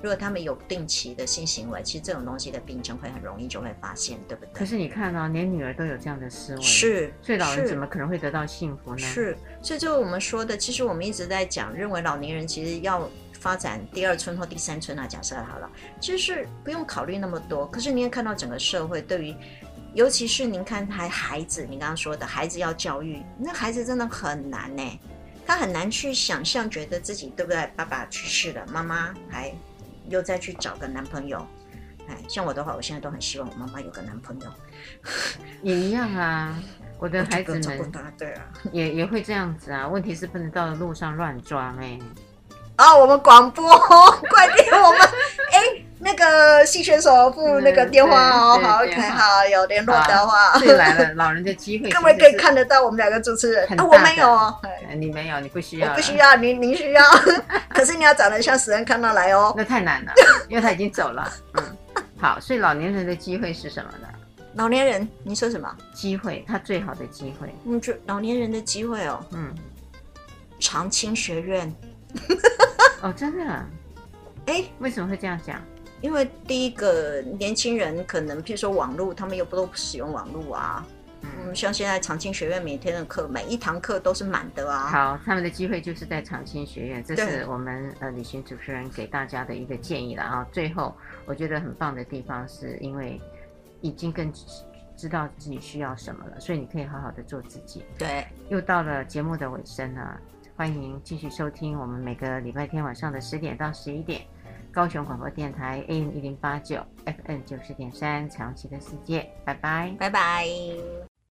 [SPEAKER 5] 如果他们有定期的性行为，其实这种东西的病症会很容易就会发现，对不对？
[SPEAKER 4] 可是你看啊，连女儿都有这样的思维，，
[SPEAKER 5] 是，
[SPEAKER 4] 所以老人
[SPEAKER 5] 是
[SPEAKER 4] 怎么可能会得到幸福呢？，
[SPEAKER 5] 是，所以就是我们说的，其实我们一直在讲，认为老年人其实要发展第二春或第三春啊，假设好了，其实是不用考虑那么多。可是你也看到整个社会对于，尤其是您看还孩子，你刚刚说的孩子要教育，那孩子真的很难呢、他很难去想象，觉得自己对不对？爸爸去世了，妈妈还又再去找个男朋友。哎，像我的话，我现在都很希望我妈妈有个男朋友，
[SPEAKER 4] 也一样啊。我的
[SPEAKER 5] 我就
[SPEAKER 4] 孩
[SPEAKER 5] 不
[SPEAKER 4] 子
[SPEAKER 5] 用照
[SPEAKER 4] 们
[SPEAKER 5] 顾他，对啊。
[SPEAKER 4] 也也会这样子啊，问题是不能到路上乱装 哎、
[SPEAKER 5] 啊，我们广播， 快点，我们哎、那个戏选手付那个电话哦
[SPEAKER 4] 嗯，对
[SPEAKER 5] 好
[SPEAKER 4] 对
[SPEAKER 5] ，OK，
[SPEAKER 4] 电话
[SPEAKER 5] 好，有联络的话，
[SPEAKER 4] 对来了，老人的机会，
[SPEAKER 5] 各位可以看，得到我们两个主持人
[SPEAKER 4] 很
[SPEAKER 5] 啊，
[SPEAKER 4] 大
[SPEAKER 5] 我
[SPEAKER 4] 的
[SPEAKER 5] 没有哦，哎
[SPEAKER 4] 呃你没有，你不需要，
[SPEAKER 5] 我不需，要，您您需要， 可是你要长得像死人看到来哦。
[SPEAKER 4] 那太难了，因为他已经走了。 嗯，好，所以老年人的机会是什么呢？
[SPEAKER 5] 老年人，你说什么？
[SPEAKER 4] 机会，他最好的机会，
[SPEAKER 5] 嗯，就老年人的机会哦，
[SPEAKER 4] 嗯，
[SPEAKER 5] 长青学院，
[SPEAKER 4] 哦，真的啊，
[SPEAKER 5] 哎，
[SPEAKER 4] 为什么会这样讲？
[SPEAKER 5] 因为第一个年轻人可能，譬如说网络，他们又不都使用网络啊，嗯，
[SPEAKER 4] 嗯，
[SPEAKER 5] 像现在长青学院每天的课，每一堂课都是满的啊。
[SPEAKER 4] 好，他们的机会就是在长青学院，这
[SPEAKER 5] 对
[SPEAKER 4] 是我们呃李寻主持人给大家的一个建议了啊。最后，我觉得很棒的地方是因为已经更知知道自己需要什么了，所以你可以好好的做自己。
[SPEAKER 5] 对，
[SPEAKER 4] 又到了节目的尾声了，欢迎继续收听我们每个礼拜天晚上的十点到十一点，高雄广播电台 AM 一零八九 FM 九十点三《彩虹旗的世界》，拜拜。
[SPEAKER 5] 拜拜。